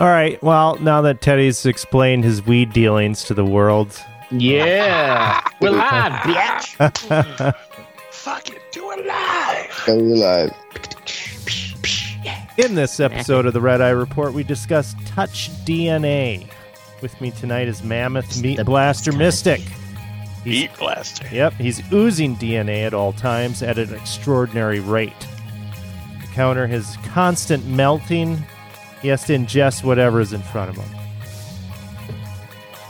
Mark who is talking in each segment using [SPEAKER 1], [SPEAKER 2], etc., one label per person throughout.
[SPEAKER 1] All right. Well, now that Teddy's explained his weed dealings to the world,
[SPEAKER 2] Yeah. We're live, bitch.
[SPEAKER 3] Fucking do it live.
[SPEAKER 4] Gotta be alive.
[SPEAKER 1] in this episode of the Red Eye Report, we discuss touch DNA. With me tonight is Mammoth Meat
[SPEAKER 2] the
[SPEAKER 1] Blaster
[SPEAKER 2] best
[SPEAKER 1] Mystic. He's-
[SPEAKER 3] Beat blaster.
[SPEAKER 1] Yep, he's oozing DNA at all times at an extraordinary rate. To counter his constant melting, he has to ingest whatever is in front of him.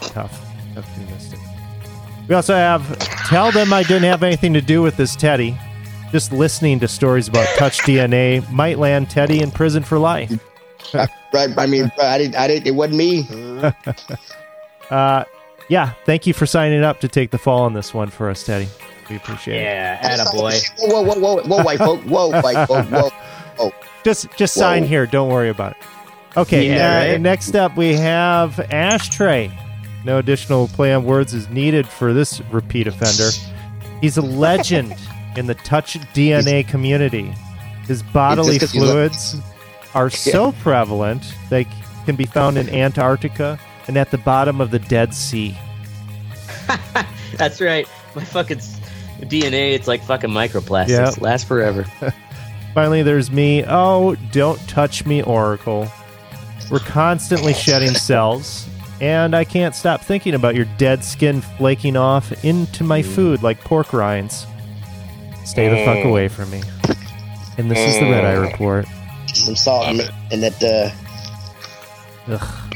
[SPEAKER 1] Tough. Tough to be mystic. We also have Tell Them I Didn't Have Anything to Do with This Teddy. Just listening to stories about touch DNA might land Teddy in prison for life.
[SPEAKER 4] Right. I mean, I didn't. I didn't. It wasn't me.
[SPEAKER 2] Mm-hmm.
[SPEAKER 1] Uh, yeah, thank you for signing up to take the fall on this one for us, Teddy. We appreciate it.
[SPEAKER 2] Yeah, attaboy.
[SPEAKER 4] Whoa, whoa, whoa, whoa, white folk. Whoa, white folk. Whoa.
[SPEAKER 1] Just just
[SPEAKER 4] Whoa.
[SPEAKER 1] sign here. Don't worry about it. Okay.
[SPEAKER 2] Yeah,
[SPEAKER 1] uh,
[SPEAKER 2] right?
[SPEAKER 1] and Next up, we have Ashtray. No additional play on words is needed for this repeat offender. He's a legend in the touch DNA community. His bodily
[SPEAKER 4] Just 'cause he look-
[SPEAKER 1] fluids are so prevalent they c- can be found in Antarctica and at the bottom of the Dead Sea.
[SPEAKER 2] That's right. My fucking s- DNA, it's like fucking microplastics.
[SPEAKER 1] Yep.
[SPEAKER 2] Lasts forever.
[SPEAKER 1] Finally, there's me. Oh, don't touch me, Oracle. We're constantly shedding cells, and I can't stop thinking about your dead skin flaking off into my food like pork rinds. Stay the fuck away from me. And this is the Red Eye Report.
[SPEAKER 4] Some salt in it, and that. Uh,
[SPEAKER 1] Ugh,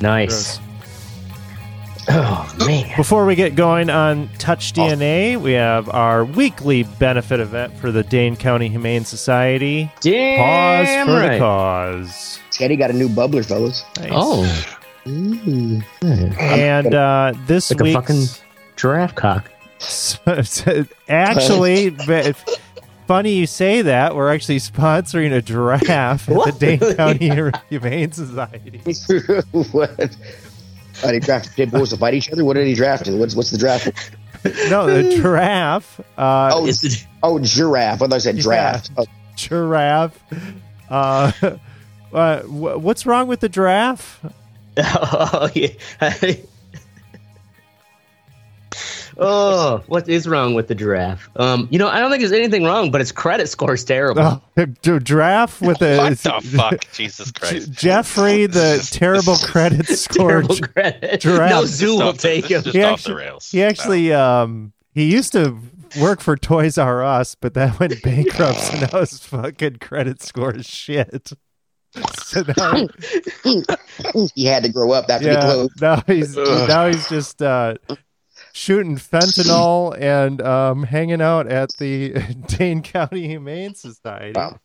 [SPEAKER 2] Nice.
[SPEAKER 1] gross.
[SPEAKER 2] Oh, man.
[SPEAKER 1] Before we get going on Touch DNA, we have our weekly benefit event for the Dane County Humane Society. Pause
[SPEAKER 2] Damn
[SPEAKER 1] for the
[SPEAKER 2] right.
[SPEAKER 1] cause.
[SPEAKER 4] Teddy got a new bubbler, fellas.
[SPEAKER 1] Nice.
[SPEAKER 2] Oh,
[SPEAKER 4] Mm.
[SPEAKER 1] and uh, this
[SPEAKER 2] Like a
[SPEAKER 1] week's
[SPEAKER 2] fucking- giraffe cock.
[SPEAKER 1] So- so- actually, but if- funny you say that. We're actually sponsoring a giraffe at the
[SPEAKER 2] What?
[SPEAKER 1] Dane County Humane Society.
[SPEAKER 4] what? Are they drafting pit bulls to fight each other? What are they drafting? What's what's the draft?
[SPEAKER 1] No, the giraffe. Uh,
[SPEAKER 4] Oh,
[SPEAKER 2] Is it-
[SPEAKER 4] oh, giraffe. I thought I said
[SPEAKER 1] Yeah.
[SPEAKER 4] draft. Oh,
[SPEAKER 1] Giraffe. Uh, uh, wh- what's wrong with the giraffe?
[SPEAKER 2] Oh, yeah. oh, what is wrong with the giraffe? Um, you know, I don't think there's anything wrong, but its credit score is terrible.
[SPEAKER 1] Oh, the gi- giraffe with a
[SPEAKER 3] What the fuck? Jesus
[SPEAKER 1] Uh, J-
[SPEAKER 3] Christ.
[SPEAKER 1] Jeffrey, the terrible credit score.
[SPEAKER 2] terrible credit.
[SPEAKER 1] giraffe.
[SPEAKER 2] No
[SPEAKER 1] This
[SPEAKER 2] zoo
[SPEAKER 3] This is
[SPEAKER 2] will
[SPEAKER 3] off the-
[SPEAKER 2] take
[SPEAKER 3] this
[SPEAKER 2] him.
[SPEAKER 3] is just
[SPEAKER 1] He
[SPEAKER 3] off
[SPEAKER 1] actually-
[SPEAKER 3] the rails.
[SPEAKER 1] He actually, um, he used to work for Toys R Us, but that went bankrupt, so now his fucking credit score is shit. So now,
[SPEAKER 4] he had to grow up after he
[SPEAKER 1] yeah,
[SPEAKER 4] closed.
[SPEAKER 1] now he's
[SPEAKER 3] Ugh.
[SPEAKER 1] now he's just uh, shooting fentanyl and um, hanging out at the Dane County Humane Society.
[SPEAKER 4] Wow.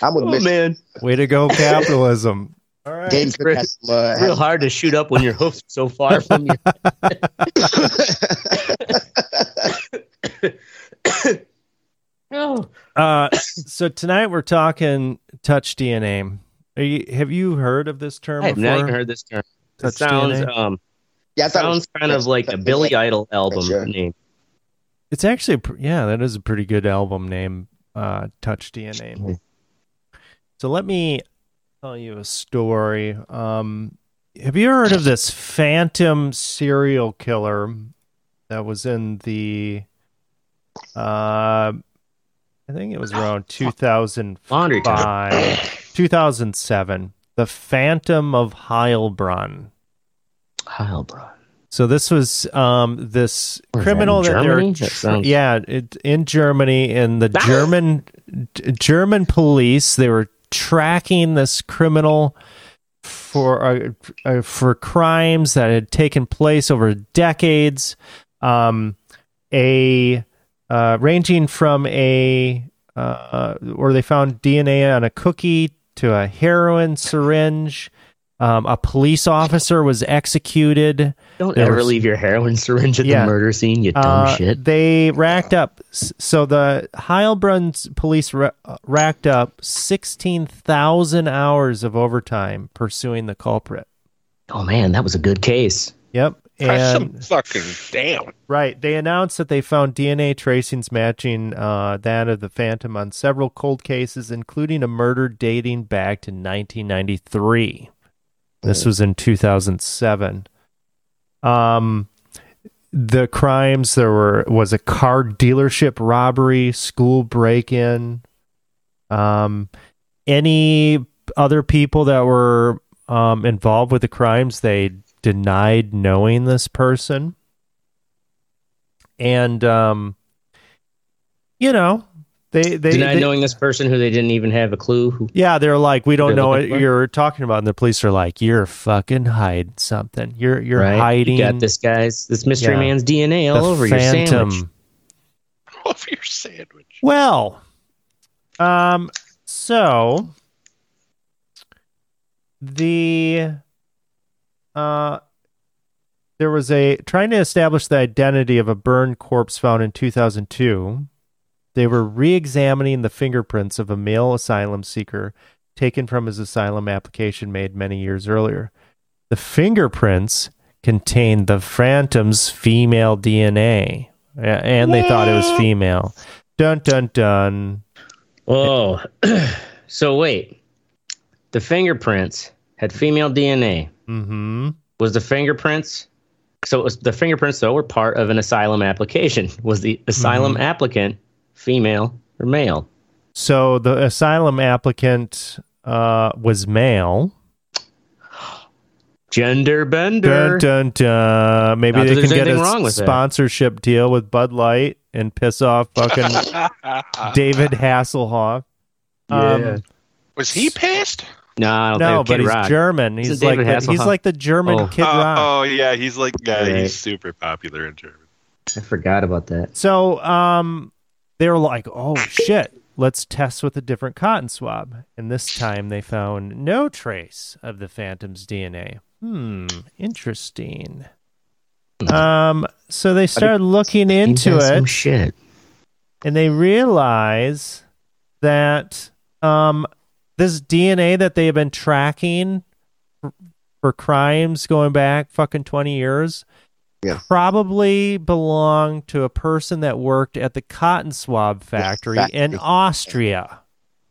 [SPEAKER 4] I'm
[SPEAKER 2] Oh,
[SPEAKER 4] gonna miss
[SPEAKER 2] man.
[SPEAKER 1] Way to go, capitalism! All right,
[SPEAKER 4] Dane could have some, uh,
[SPEAKER 2] Real hard to shoot up when your hoofs are so far from you. oh.
[SPEAKER 1] Uh, so tonight we're talking touch DNA. Are you, have you heard of this term
[SPEAKER 2] I have
[SPEAKER 1] before?
[SPEAKER 2] not even heard this term. It
[SPEAKER 1] Touch
[SPEAKER 2] sounds
[SPEAKER 1] DNA?
[SPEAKER 2] um,
[SPEAKER 4] yeah, I thought it was-
[SPEAKER 2] sounds kind of like a Billy Idol album
[SPEAKER 4] Sure.
[SPEAKER 2] name.
[SPEAKER 1] It's actually a pr- yeah, that is a pretty good album name, uh, Touch DNA. So let me tell you a story. Um, have you heard of this phantom serial killer that was in the? Uh, I think it was around two thousand
[SPEAKER 2] Laundry time.
[SPEAKER 1] five, two thousand seven. The Phantom of Heilbronn.
[SPEAKER 2] Heilbronn.
[SPEAKER 1] So this was um, this
[SPEAKER 2] Where is that, in
[SPEAKER 1] criminal that,
[SPEAKER 2] Germany?
[SPEAKER 1] they're
[SPEAKER 2] That sounds- Ah!
[SPEAKER 1] yeah it, in Germany and the German D- German police they were tracking this criminal for uh, uh, for crimes that had taken place over decades, um, a uh, ranging from a uh, or they found DNA on a cookie to a heroin syringe. Um, a police officer was executed.
[SPEAKER 2] Don't
[SPEAKER 1] There
[SPEAKER 2] ever
[SPEAKER 1] was-
[SPEAKER 2] leave your heroin syringe at
[SPEAKER 1] Yeah.
[SPEAKER 2] the murder scene, you dumb
[SPEAKER 1] Uh,
[SPEAKER 2] Oh, shit.
[SPEAKER 1] They racked up. s- So the Heilbrunn police ra- racked up sixteen thousand hours of overtime pursuing the culprit.
[SPEAKER 2] Oh man, that was a good case.
[SPEAKER 1] Yep,
[SPEAKER 3] Press
[SPEAKER 1] and
[SPEAKER 3] him fucking down.
[SPEAKER 1] Right. They announced that they found DNA tracings matching uh, that of the Phantom on several cold cases, including a murder dating back to 1993. This was in 2007. Um, the crimes there were was a car dealership robbery, school break-in. Um, any other people that were um, involved with the crimes, they denied knowing this person and um, you know, they they,
[SPEAKER 2] Denied
[SPEAKER 1] they-
[SPEAKER 2] knowing this person who they didn't even have a clue. Who,
[SPEAKER 1] yeah, they're like, we don't
[SPEAKER 2] They're
[SPEAKER 1] know what
[SPEAKER 2] looking for?
[SPEAKER 1] you're talking about, and the police are like, you're fucking hiding something. You're you're
[SPEAKER 2] right?
[SPEAKER 1] hiding
[SPEAKER 2] You got this guy's this mystery
[SPEAKER 1] Yeah.
[SPEAKER 2] man's DNA
[SPEAKER 1] the
[SPEAKER 2] all over your
[SPEAKER 1] phantom.
[SPEAKER 2] sandwich.
[SPEAKER 3] Over your sandwich.
[SPEAKER 1] Well, um, so the uh, there was a trying to establish the identity of a burned corpse found in 2002. They were re-examining the fingerprints of a male asylum seeker taken from his asylum application made many years earlier. The fingerprints contained the phantom's female DNA, A- and they thought it was female. Dun dun dun.
[SPEAKER 2] Oh, so wait. The fingerprints had female DNA.
[SPEAKER 1] Mm-hmm.
[SPEAKER 2] Was the fingerprints? So it was the fingerprints though were part of an asylum application. Was the asylum
[SPEAKER 1] Mm-hmm.
[SPEAKER 2] applicant female or male?
[SPEAKER 1] So the asylum applicant uh, was male.
[SPEAKER 2] Gender bender.
[SPEAKER 1] Dun dun dun. Maybe
[SPEAKER 2] Not that
[SPEAKER 1] they can
[SPEAKER 2] there's
[SPEAKER 1] get a
[SPEAKER 2] anything wrong with
[SPEAKER 1] s-
[SPEAKER 2] that.
[SPEAKER 1] sponsorship deal with Bud Light and piss off fucking
[SPEAKER 3] Uh,
[SPEAKER 1] David Hasselhoff. Um,
[SPEAKER 2] Yeah.
[SPEAKER 3] Was he pissed?
[SPEAKER 2] No, I don't
[SPEAKER 1] no,
[SPEAKER 2] think Kid
[SPEAKER 1] but he's
[SPEAKER 2] Rock.
[SPEAKER 1] German. He's
[SPEAKER 2] Isn't
[SPEAKER 1] like
[SPEAKER 2] David
[SPEAKER 1] the, he's
[SPEAKER 2] Hasselhoff?
[SPEAKER 1] like the German
[SPEAKER 2] Oh.
[SPEAKER 1] Kid
[SPEAKER 3] Uh,
[SPEAKER 1] Rock.
[SPEAKER 3] oh yeah, he's like yeah,
[SPEAKER 2] Right.
[SPEAKER 3] he's super popular in Germany.
[SPEAKER 2] I forgot about that.
[SPEAKER 1] So um, they were like, "Oh shit, let's test with a different cotton swab." And this time they found no trace of the Phantom's DNA. Hmm, interesting. Um, so they started looking into
[SPEAKER 2] Ain't that Some
[SPEAKER 1] it,
[SPEAKER 2] shit.
[SPEAKER 1] and they realize that um, this DNA that they have been tracking for- for crimes going back fucking 20 years
[SPEAKER 4] Yeah.
[SPEAKER 1] probably belonged to a person that worked at the cotton swab factory in
[SPEAKER 4] factory.
[SPEAKER 1] Austria.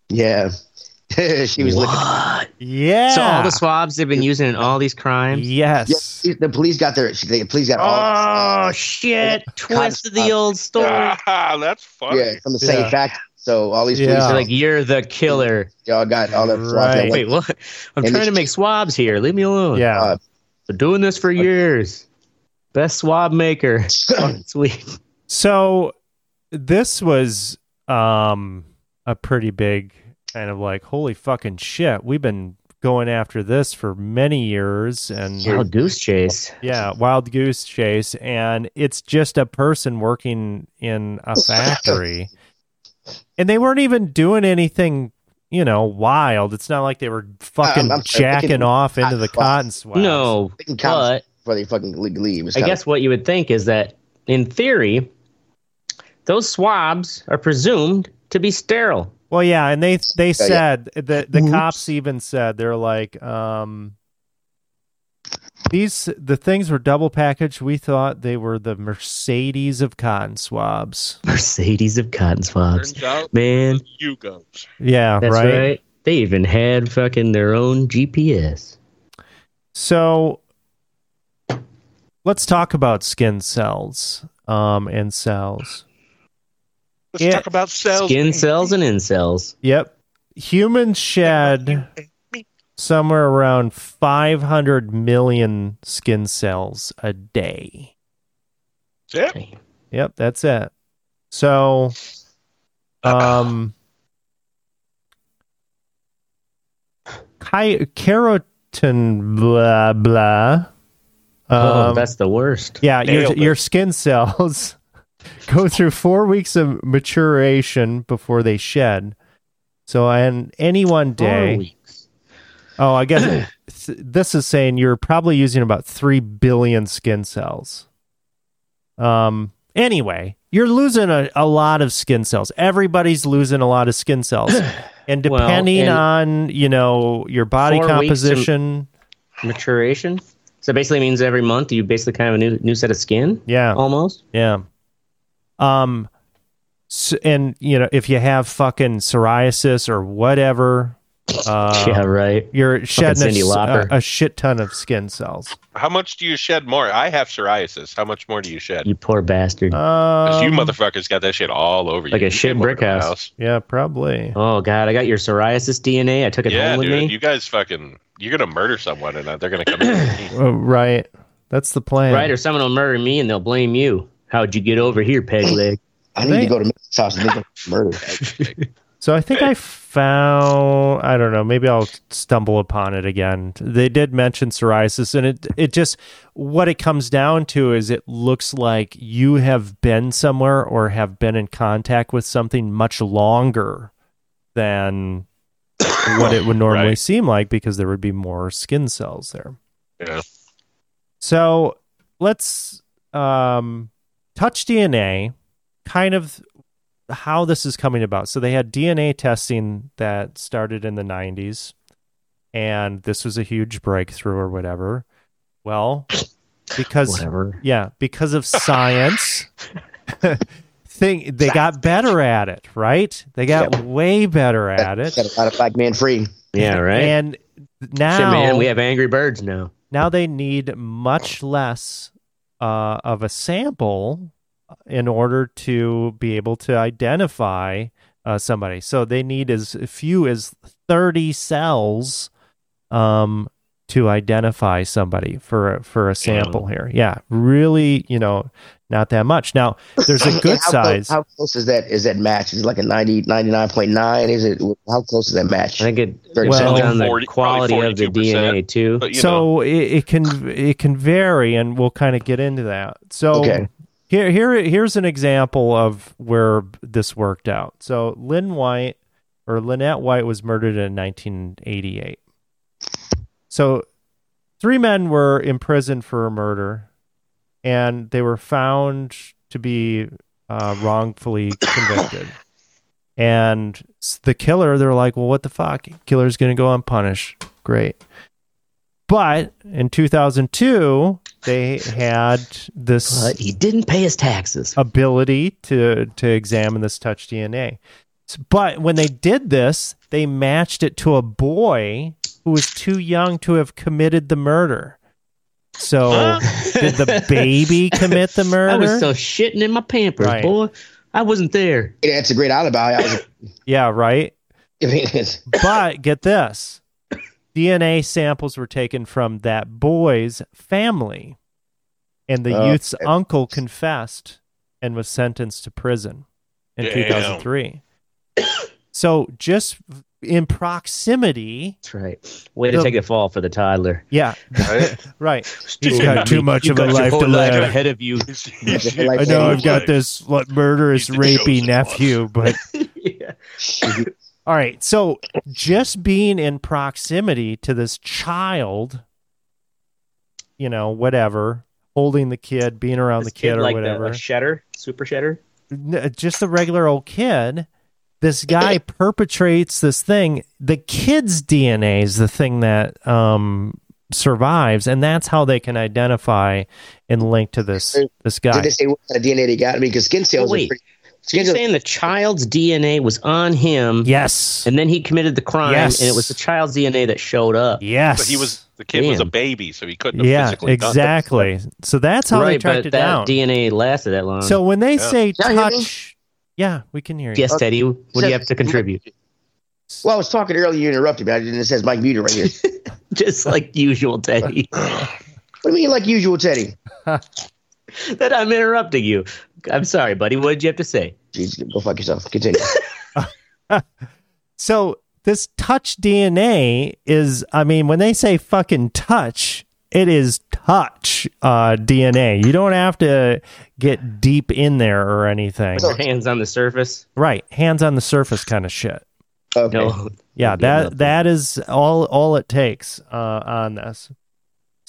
[SPEAKER 4] Yeah. she was looking.
[SPEAKER 2] What?
[SPEAKER 1] Yeah.
[SPEAKER 2] So all the swabs they've been using in all these crimes.
[SPEAKER 1] Yes.
[SPEAKER 4] Yeah, the police got their. she- The police got all.
[SPEAKER 2] Oh shit! Twist of the old story.
[SPEAKER 3] Ah, that's funny.
[SPEAKER 4] Yeah, from the same
[SPEAKER 1] Yeah.
[SPEAKER 4] fact. So all these
[SPEAKER 1] Yeah.
[SPEAKER 4] police
[SPEAKER 2] They're
[SPEAKER 4] are
[SPEAKER 2] like you're the killer.
[SPEAKER 4] they all got all that.
[SPEAKER 1] Right.
[SPEAKER 2] Wait, what? I'm trying
[SPEAKER 4] And
[SPEAKER 2] to
[SPEAKER 4] it's-
[SPEAKER 2] make swabs here. Leave me alone.
[SPEAKER 1] Yeah.
[SPEAKER 4] Uh,
[SPEAKER 2] Been doing this for years. Best swab maker. Fucking Sweet.
[SPEAKER 1] So this was um a pretty big kind of like holy fucking shit. We've been going after this for many years and
[SPEAKER 2] Wow, goose chase.
[SPEAKER 1] yeah, wild goose chase and it's just a person working in a factory. and they weren't even doing anything, you know, wild. It's not like they were fucking
[SPEAKER 4] I'm- I'm-
[SPEAKER 1] jacking off into the cotton swabs.
[SPEAKER 2] No,
[SPEAKER 4] They can count
[SPEAKER 2] but
[SPEAKER 4] before they fucking le- leave. It's
[SPEAKER 2] I
[SPEAKER 4] kinda-
[SPEAKER 2] guess what you would think is that in theory, those swabs are presumed to be sterile.
[SPEAKER 1] Well, yeah, and they they
[SPEAKER 4] Yeah, yeah.
[SPEAKER 1] said the the
[SPEAKER 4] Oops.
[SPEAKER 1] cops even said they're like um these the things were double packaged. We thought they were the Mercedes of cotton swabs.
[SPEAKER 2] Mercedes of cotton swabs.
[SPEAKER 3] Turns out
[SPEAKER 2] Man,
[SPEAKER 3] you goes.
[SPEAKER 1] Yeah,
[SPEAKER 2] that's
[SPEAKER 1] right?
[SPEAKER 2] right. They even had fucking their own GPS.
[SPEAKER 1] So let's talk about skin cells um and cells.
[SPEAKER 3] Let's
[SPEAKER 1] Yeah.
[SPEAKER 3] talk about cells.
[SPEAKER 2] Skin cells and incels.
[SPEAKER 1] Yep. Humans shed somewhere around 500 million skin cells a day.
[SPEAKER 3] Yeah.
[SPEAKER 1] Yep, that's it. So,
[SPEAKER 2] Uh,
[SPEAKER 1] um, chi- keratin blah blah.
[SPEAKER 2] oh,
[SPEAKER 1] Um,
[SPEAKER 2] that's the worst.
[SPEAKER 1] yeah, your
[SPEAKER 3] Nailed it.
[SPEAKER 1] your skin cells go through four weeks of maturation before they shed. So, on any one day,
[SPEAKER 2] Four weeks.
[SPEAKER 1] oh, I guess th- this is saying you're probably using about three billion skin cells. Um. Anyway, you're losing a, a lot of skin cells. Everybody's losing a lot of skin cells, and
[SPEAKER 2] Well,
[SPEAKER 1] depending
[SPEAKER 2] and-
[SPEAKER 1] on you know your body
[SPEAKER 2] Four weeks of-
[SPEAKER 1] composition,
[SPEAKER 2] Maturation? So basically means every month you basically kind of have a new new set of skin
[SPEAKER 1] Yeah.
[SPEAKER 2] almost.
[SPEAKER 1] Yeah. Um, s and you know, if you have fucking psoriasis or whatever, uh,
[SPEAKER 2] yeah, right.
[SPEAKER 1] you're shedding a,
[SPEAKER 2] Cyndi
[SPEAKER 1] s-
[SPEAKER 2] Lauper.
[SPEAKER 1] a- a shit ton of skin cells.
[SPEAKER 3] How much do you shed more? I have psoriasis. How much more do you shed?
[SPEAKER 2] You poor bastard.
[SPEAKER 3] 'Cause you
[SPEAKER 1] Um,
[SPEAKER 3] motherfuckers got that shit all over you.
[SPEAKER 2] Like a
[SPEAKER 3] You
[SPEAKER 2] shit
[SPEAKER 3] came over
[SPEAKER 2] brick
[SPEAKER 3] to my
[SPEAKER 2] house.
[SPEAKER 1] yeah, probably.
[SPEAKER 2] oh god, I got your psoriasis DNA. I took it
[SPEAKER 3] Yeah,
[SPEAKER 2] home with
[SPEAKER 3] dude.
[SPEAKER 2] me.
[SPEAKER 3] You guys fucking. You're gonna murder someone, and uh, they're gonna come. in.
[SPEAKER 1] Uh, right. That's the plan.
[SPEAKER 2] Right, or someone will murder me and they'll blame you. How'd you get over here, peg leg?
[SPEAKER 4] I need
[SPEAKER 1] They-
[SPEAKER 4] to go to Mrs. house and think of murder.
[SPEAKER 1] So I think I found I don't know, maybe I'll stumble upon it again. They did mention psoriasis and it it just what it comes down to is it looks like you have been somewhere or have been in contact with something much longer than what it would normally
[SPEAKER 3] Right.
[SPEAKER 1] seem like because there would be more skin cells there.
[SPEAKER 3] Yeah.
[SPEAKER 1] So let's um, touch DNA, kind of how this is coming about. So they had DNA testing that started in the 90s, and this was a huge breakthrough or whatever. Well, because
[SPEAKER 2] Whatever.
[SPEAKER 1] yeah, because of science. thing they got better at it, right? They got way better at it.
[SPEAKER 4] Set a lot of black man free.
[SPEAKER 2] Yeah, right.
[SPEAKER 1] And now
[SPEAKER 2] Shit, man, we have angry birds now.
[SPEAKER 1] now they need much less uh, of a sample in order to be able to identify uh, somebody. So they need as few as 30 cells um, to identify somebody for for a sample here. Yeah, really, you know, not that much. Now, there's a good
[SPEAKER 4] how
[SPEAKER 1] size.
[SPEAKER 4] Close, how close is that? Is that match? Is it like a 90, 99.9? Is it? How close is that match?
[SPEAKER 2] I think it
[SPEAKER 4] Well-
[SPEAKER 2] depends on the
[SPEAKER 3] 40
[SPEAKER 2] quality of the
[SPEAKER 3] 42%.
[SPEAKER 2] DNA too.
[SPEAKER 3] But, you
[SPEAKER 1] so
[SPEAKER 3] know,
[SPEAKER 1] it, it can it can vary, and we'll kind of get into that. So
[SPEAKER 4] Okay.
[SPEAKER 1] here here here's an example of where this worked out. So Lynn White or Lynette White was murdered in 1988. So three men were imprisoned for a murder, and they were found to be uh, wrongfully convicted. And s- the killer, they're like, well, what the fuck? Killer's going to go unpunished. Great. But in 2002, they had this
[SPEAKER 2] But he didn't pay his taxes.
[SPEAKER 1] ability to to examine this touch DNA. S- But when they did this, they matched it to a boy who was too young to have committed the murder. So Oh, did the baby commit the
[SPEAKER 2] I was
[SPEAKER 1] murder?
[SPEAKER 2] still shitting in my pampers,
[SPEAKER 1] Right.
[SPEAKER 2] boy. I wasn't there.
[SPEAKER 4] Yeah, That's a great alibi. I, was,
[SPEAKER 1] yeah, right.
[SPEAKER 4] I mean, it's,
[SPEAKER 1] But get this. DNA samples were taken from that boy's family and the
[SPEAKER 4] Oh.
[SPEAKER 1] youth's uncle confessed and was sentenced to prison in
[SPEAKER 3] Damn.
[SPEAKER 1] 2003. So just in proximity,
[SPEAKER 2] That's right. Way to take the fall for the toddler.
[SPEAKER 1] yeah,
[SPEAKER 3] right?
[SPEAKER 1] right.
[SPEAKER 3] He's
[SPEAKER 1] He's got too much
[SPEAKER 2] You
[SPEAKER 1] of a
[SPEAKER 2] got your
[SPEAKER 1] life
[SPEAKER 2] whole
[SPEAKER 1] to
[SPEAKER 2] life
[SPEAKER 1] live.
[SPEAKER 2] ahead of you.
[SPEAKER 1] I
[SPEAKER 4] I
[SPEAKER 1] know I've
[SPEAKER 4] He's
[SPEAKER 1] got this like, murderous,
[SPEAKER 3] he's the chosen
[SPEAKER 1] rapey
[SPEAKER 3] one.
[SPEAKER 1] nephew, but
[SPEAKER 2] yeah.
[SPEAKER 1] All right. So just being in proximity to this child, you know, whatever, holding the kid, being around
[SPEAKER 2] This
[SPEAKER 1] the kid, or
[SPEAKER 2] like
[SPEAKER 1] whatever,
[SPEAKER 2] The, a shedder, super shedder.
[SPEAKER 1] n- just a regular old kid, this guy perpetrates this thing. The kid's DNA is the thing that um, survives, and that's how they can identify and link to this this guy.
[SPEAKER 4] did they say what kind of DNA they got? I mean, because skin cells
[SPEAKER 2] wait.
[SPEAKER 4] are pretty.
[SPEAKER 2] So you're
[SPEAKER 4] Skin cells,
[SPEAKER 2] saying the child's DNA was on him,
[SPEAKER 1] yes.
[SPEAKER 2] and then he committed the crime,
[SPEAKER 1] Yes.
[SPEAKER 2] and it was the child's DNA that showed up.
[SPEAKER 1] Yes.
[SPEAKER 3] But he was the kid was a
[SPEAKER 2] Damn.
[SPEAKER 3] baby, so he couldn't have
[SPEAKER 1] Yeah,
[SPEAKER 3] physically done it.
[SPEAKER 1] exactly. So that's how they
[SPEAKER 2] right,
[SPEAKER 1] tracked
[SPEAKER 2] but
[SPEAKER 1] it
[SPEAKER 2] that
[SPEAKER 1] down.
[SPEAKER 2] DNA lasted that long.
[SPEAKER 1] So when they
[SPEAKER 3] Yeah.
[SPEAKER 1] say
[SPEAKER 4] Can y'all hear me?
[SPEAKER 1] touch, yeah, we can hear you.
[SPEAKER 2] yes, Teddy, what do you have to contribute?
[SPEAKER 4] well, I was talking earlier. You interrupted me. I didn't. It says Mike Muter right here.
[SPEAKER 2] Just like usual, Teddy.
[SPEAKER 4] what do you mean, like usual, Teddy?
[SPEAKER 2] that I'm interrupting you. I'm sorry, buddy. What did you have to say?
[SPEAKER 4] Jeez, go fuck yourself. Continue.
[SPEAKER 1] So this touch DNA is, I mean, when they say fucking touch, it is touch uh, DNA. You don't have to get deep in there or anything.
[SPEAKER 2] Your hands on the surface?
[SPEAKER 1] right, hands on the surface kind of shit.
[SPEAKER 4] Okay.
[SPEAKER 2] No.
[SPEAKER 1] Yeah,
[SPEAKER 2] That'd be
[SPEAKER 1] that
[SPEAKER 2] enough.
[SPEAKER 1] that is all all it takes uh, on this.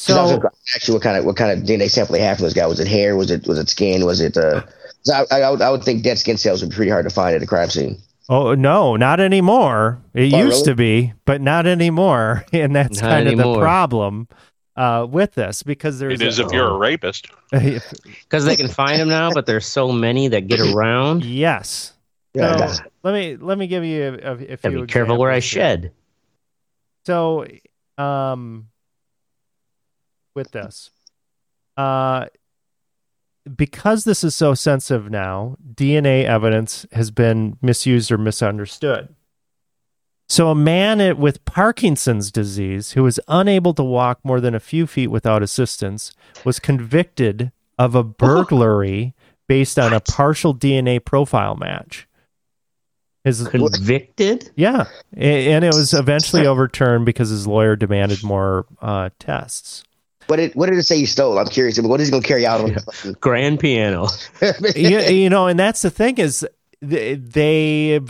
[SPEAKER 4] 'Cause I was
[SPEAKER 1] So
[SPEAKER 4] gonna ask you what kind of what kind of DNA sample they have for this guy? Was it hair? Was it was it skin? Was it? Uh, 'cause I, I, would- I would think dead skin cells would be pretty hard to find at a crime scene.
[SPEAKER 1] Oh no, not anymore. It
[SPEAKER 4] Oh,
[SPEAKER 1] used
[SPEAKER 4] really?
[SPEAKER 1] to be, but not anymore, and that's
[SPEAKER 2] Not
[SPEAKER 1] kind of the
[SPEAKER 2] anymore.
[SPEAKER 1] problem. uh, with this because there's
[SPEAKER 3] It is if you're a rapist.
[SPEAKER 2] because they can find them now, but there's so many that get around.
[SPEAKER 1] yes.
[SPEAKER 4] Yeah,
[SPEAKER 1] So,
[SPEAKER 4] that's-
[SPEAKER 1] let me let me give you a, a, a few.
[SPEAKER 2] Gotta be careful where I
[SPEAKER 1] examples here.
[SPEAKER 2] shed.
[SPEAKER 1] So, um, with this, uh, because this is so sensitive now, DNA evidence has been misused or misunderstood. So, a man it- with Parkinson's disease who was unable to walk more than a few feet without assistance was convicted of a burglary based on a partial DNA profile match. His
[SPEAKER 2] Convicted?
[SPEAKER 1] yeah, A- and it was eventually overturned because his lawyer demanded more uh, tests.
[SPEAKER 4] What did what did it say you stole? I'm curious. I mean, What is he gonna carry out on? the fucking-
[SPEAKER 2] Grand piano.
[SPEAKER 1] you, you know, and that's the thing is they, they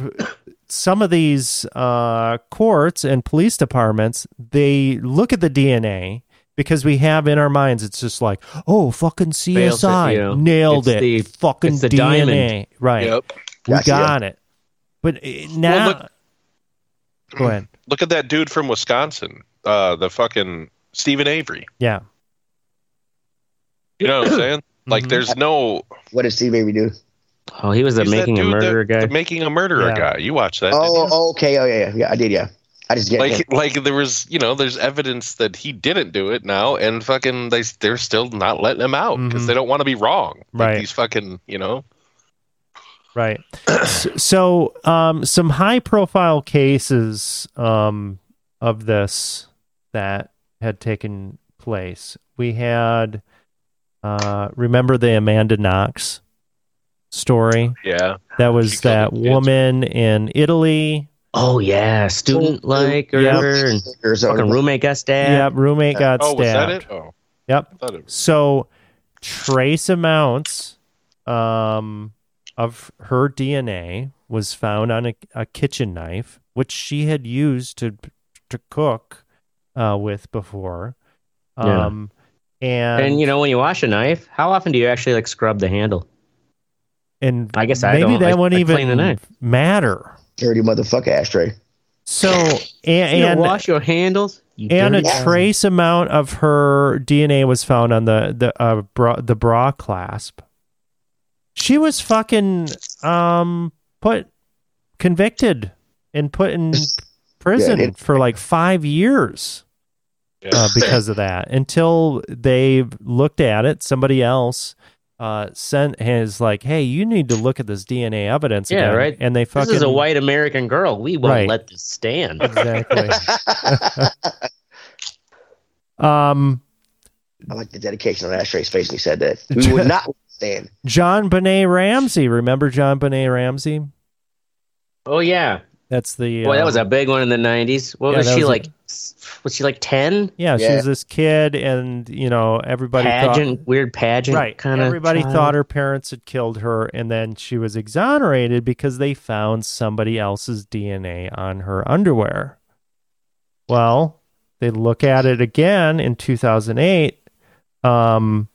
[SPEAKER 1] some of these uh, courts and police departments they look at the DNA because we have in our minds it's just like oh fucking
[SPEAKER 2] Nails it,
[SPEAKER 1] CSI
[SPEAKER 2] yeah.
[SPEAKER 1] nailed
[SPEAKER 2] It's
[SPEAKER 1] it
[SPEAKER 2] the-
[SPEAKER 1] fucking
[SPEAKER 2] it's the
[SPEAKER 1] DNA
[SPEAKER 2] diamond.
[SPEAKER 1] right
[SPEAKER 3] Yep.
[SPEAKER 1] we
[SPEAKER 4] Gotcha.
[SPEAKER 1] got it but uh, now
[SPEAKER 3] look-
[SPEAKER 1] go ahead
[SPEAKER 3] Look at that dude from Wisconsin. Uh, the fucking Stephen Avery.
[SPEAKER 1] yeah
[SPEAKER 3] You know what I'm saying? Like,
[SPEAKER 1] Mhm.
[SPEAKER 3] there's no
[SPEAKER 4] what did Steve Avery do?
[SPEAKER 2] Oh, he was a
[SPEAKER 3] He's that
[SPEAKER 2] making a
[SPEAKER 3] dude that-
[SPEAKER 2] murderer
[SPEAKER 3] the
[SPEAKER 2] guy.
[SPEAKER 3] making a murderer
[SPEAKER 1] Yeah.
[SPEAKER 3] guy. You watch that? didn't
[SPEAKER 4] Oh,
[SPEAKER 3] you?
[SPEAKER 4] oh, okay. Oh, yeah, yeah, yeah. I did. Yeah, I just get
[SPEAKER 3] like like there was you know there's evidence that he didn't do it now and fucking they they're still not letting him out because
[SPEAKER 1] Mhm.
[SPEAKER 3] they don't want to be wrong Like,
[SPEAKER 1] Right.
[SPEAKER 3] these fucking you know
[SPEAKER 1] Right. S- so, um, some high profile cases um, of this that had taken place. We had, uh, remember the Amanda Knox story?
[SPEAKER 3] yeah
[SPEAKER 1] That
[SPEAKER 3] She
[SPEAKER 1] was
[SPEAKER 3] killed
[SPEAKER 1] that
[SPEAKER 3] the kids.
[SPEAKER 1] woman in Italy.
[SPEAKER 2] Oh yeah, student like or
[SPEAKER 1] Yeah.
[SPEAKER 2] whatever. And
[SPEAKER 4] Or so-
[SPEAKER 2] fucking roommate got stabbed.
[SPEAKER 1] Yep, roommate got
[SPEAKER 3] oh was
[SPEAKER 1] stabbed.
[SPEAKER 3] that it oh
[SPEAKER 1] Yep.
[SPEAKER 3] I thought it was
[SPEAKER 1] So, trace amounts um, of her DNA was found on a, a kitchen knife, which she had used to to cook uh, with before.
[SPEAKER 2] Yeah.
[SPEAKER 1] Um, and
[SPEAKER 2] And you know, when you wash a knife, how often do you actually like scrub the handle?
[SPEAKER 1] and
[SPEAKER 2] I guess I
[SPEAKER 1] maybe
[SPEAKER 2] don't.
[SPEAKER 1] that
[SPEAKER 2] I-
[SPEAKER 1] wouldn't
[SPEAKER 2] I clean the
[SPEAKER 1] even
[SPEAKER 2] knife.
[SPEAKER 1] matter.
[SPEAKER 4] dirty motherfucker ashtray.
[SPEAKER 1] So and,
[SPEAKER 2] you
[SPEAKER 1] and
[SPEAKER 2] don't wash your handles. You
[SPEAKER 1] and a
[SPEAKER 2] dirty ass.
[SPEAKER 1] trace amount of her DNA was found on the the uh, bra, the bra clasp. She was fucking um put convicted and put in prison
[SPEAKER 4] Yeah, it-
[SPEAKER 1] for like five years
[SPEAKER 3] yeah.
[SPEAKER 1] uh, because of that. Until they looked at it, somebody else uh, sent his like, "Hey, you need to look at this DNA evidence."
[SPEAKER 2] Yeah,
[SPEAKER 1] again."
[SPEAKER 2] right.
[SPEAKER 1] And they
[SPEAKER 2] This
[SPEAKER 1] fucking
[SPEAKER 2] is a white American girl. We won't
[SPEAKER 1] Right.
[SPEAKER 2] let this stand.
[SPEAKER 1] exactly.
[SPEAKER 4] I
[SPEAKER 1] um.
[SPEAKER 4] like the dedication on Ashtray's face when he said that. We would not stand.
[SPEAKER 1] John Benet Ramsey. Remember John Benet Ramsey?
[SPEAKER 2] Oh yeah,
[SPEAKER 1] That's the
[SPEAKER 2] boy, that
[SPEAKER 1] uh,
[SPEAKER 2] was a big one in the '90s. What
[SPEAKER 1] Yeah,
[SPEAKER 2] was
[SPEAKER 1] that
[SPEAKER 2] she
[SPEAKER 1] was a-
[SPEAKER 2] like? s- Was she like ten?
[SPEAKER 1] yeah, She
[SPEAKER 4] Yeah.
[SPEAKER 1] was this kid, and you know everybody
[SPEAKER 2] Pageant, weird
[SPEAKER 1] thought
[SPEAKER 2] pageant,
[SPEAKER 1] right.
[SPEAKER 2] Kind of.
[SPEAKER 1] everybody thought her parents had killed her, and then she was exonerated because they found somebody else's DNA on her underwear. Well, they look at it again in 2008. Um,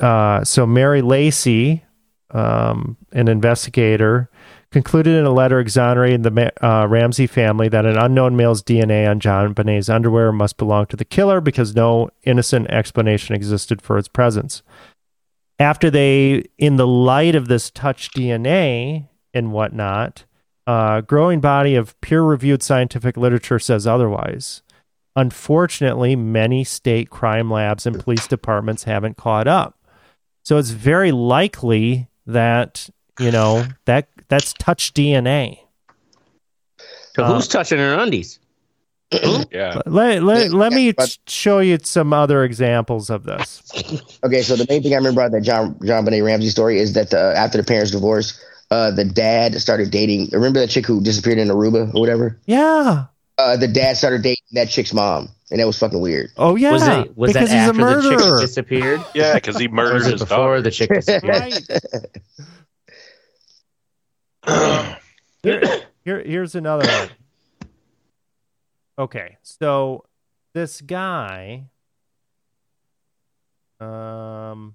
[SPEAKER 1] uh, so Mary Lacey, um, an investigator, concluded in a letter exonerating the Ma- uh, Ramsey family that an unknown male's DNA on John Benet's underwear must belong to the killer because no innocent explanation existed for its presence. After they, in the light of this touch DNA and whatnot, uh, growing body of peer-reviewed scientific literature says otherwise. Unfortunately, many state crime labs and police departments haven't caught up. So it's very likely that you know that that's touch DNA.
[SPEAKER 2] So
[SPEAKER 1] Uh,
[SPEAKER 2] who's touching her undies?
[SPEAKER 3] yeah
[SPEAKER 1] Let let,
[SPEAKER 4] Yeah,
[SPEAKER 1] let
[SPEAKER 4] yeah,
[SPEAKER 1] me
[SPEAKER 4] but-
[SPEAKER 1] t- show you some other examples of this.
[SPEAKER 4] Okay, so the main thing I remember about that John John Benet Ramsey story is that the, after the parents' divorce, uh, the dad started dating. Remember that chick who disappeared in Aruba or whatever?
[SPEAKER 1] Yeah.
[SPEAKER 4] Uh, the dad started dating that chick's mom, and that was fucking weird.
[SPEAKER 1] Oh yeah.
[SPEAKER 2] was it? Was that
[SPEAKER 1] because he's a
[SPEAKER 2] after the chick
[SPEAKER 1] murderer.
[SPEAKER 2] disappeared?
[SPEAKER 3] yeah because he
[SPEAKER 2] Or
[SPEAKER 3] murdered
[SPEAKER 2] was it
[SPEAKER 3] his
[SPEAKER 2] before
[SPEAKER 3] daughter
[SPEAKER 2] the chick disappeared?
[SPEAKER 1] Right. Here, here's another one. Okay, so this guy, um,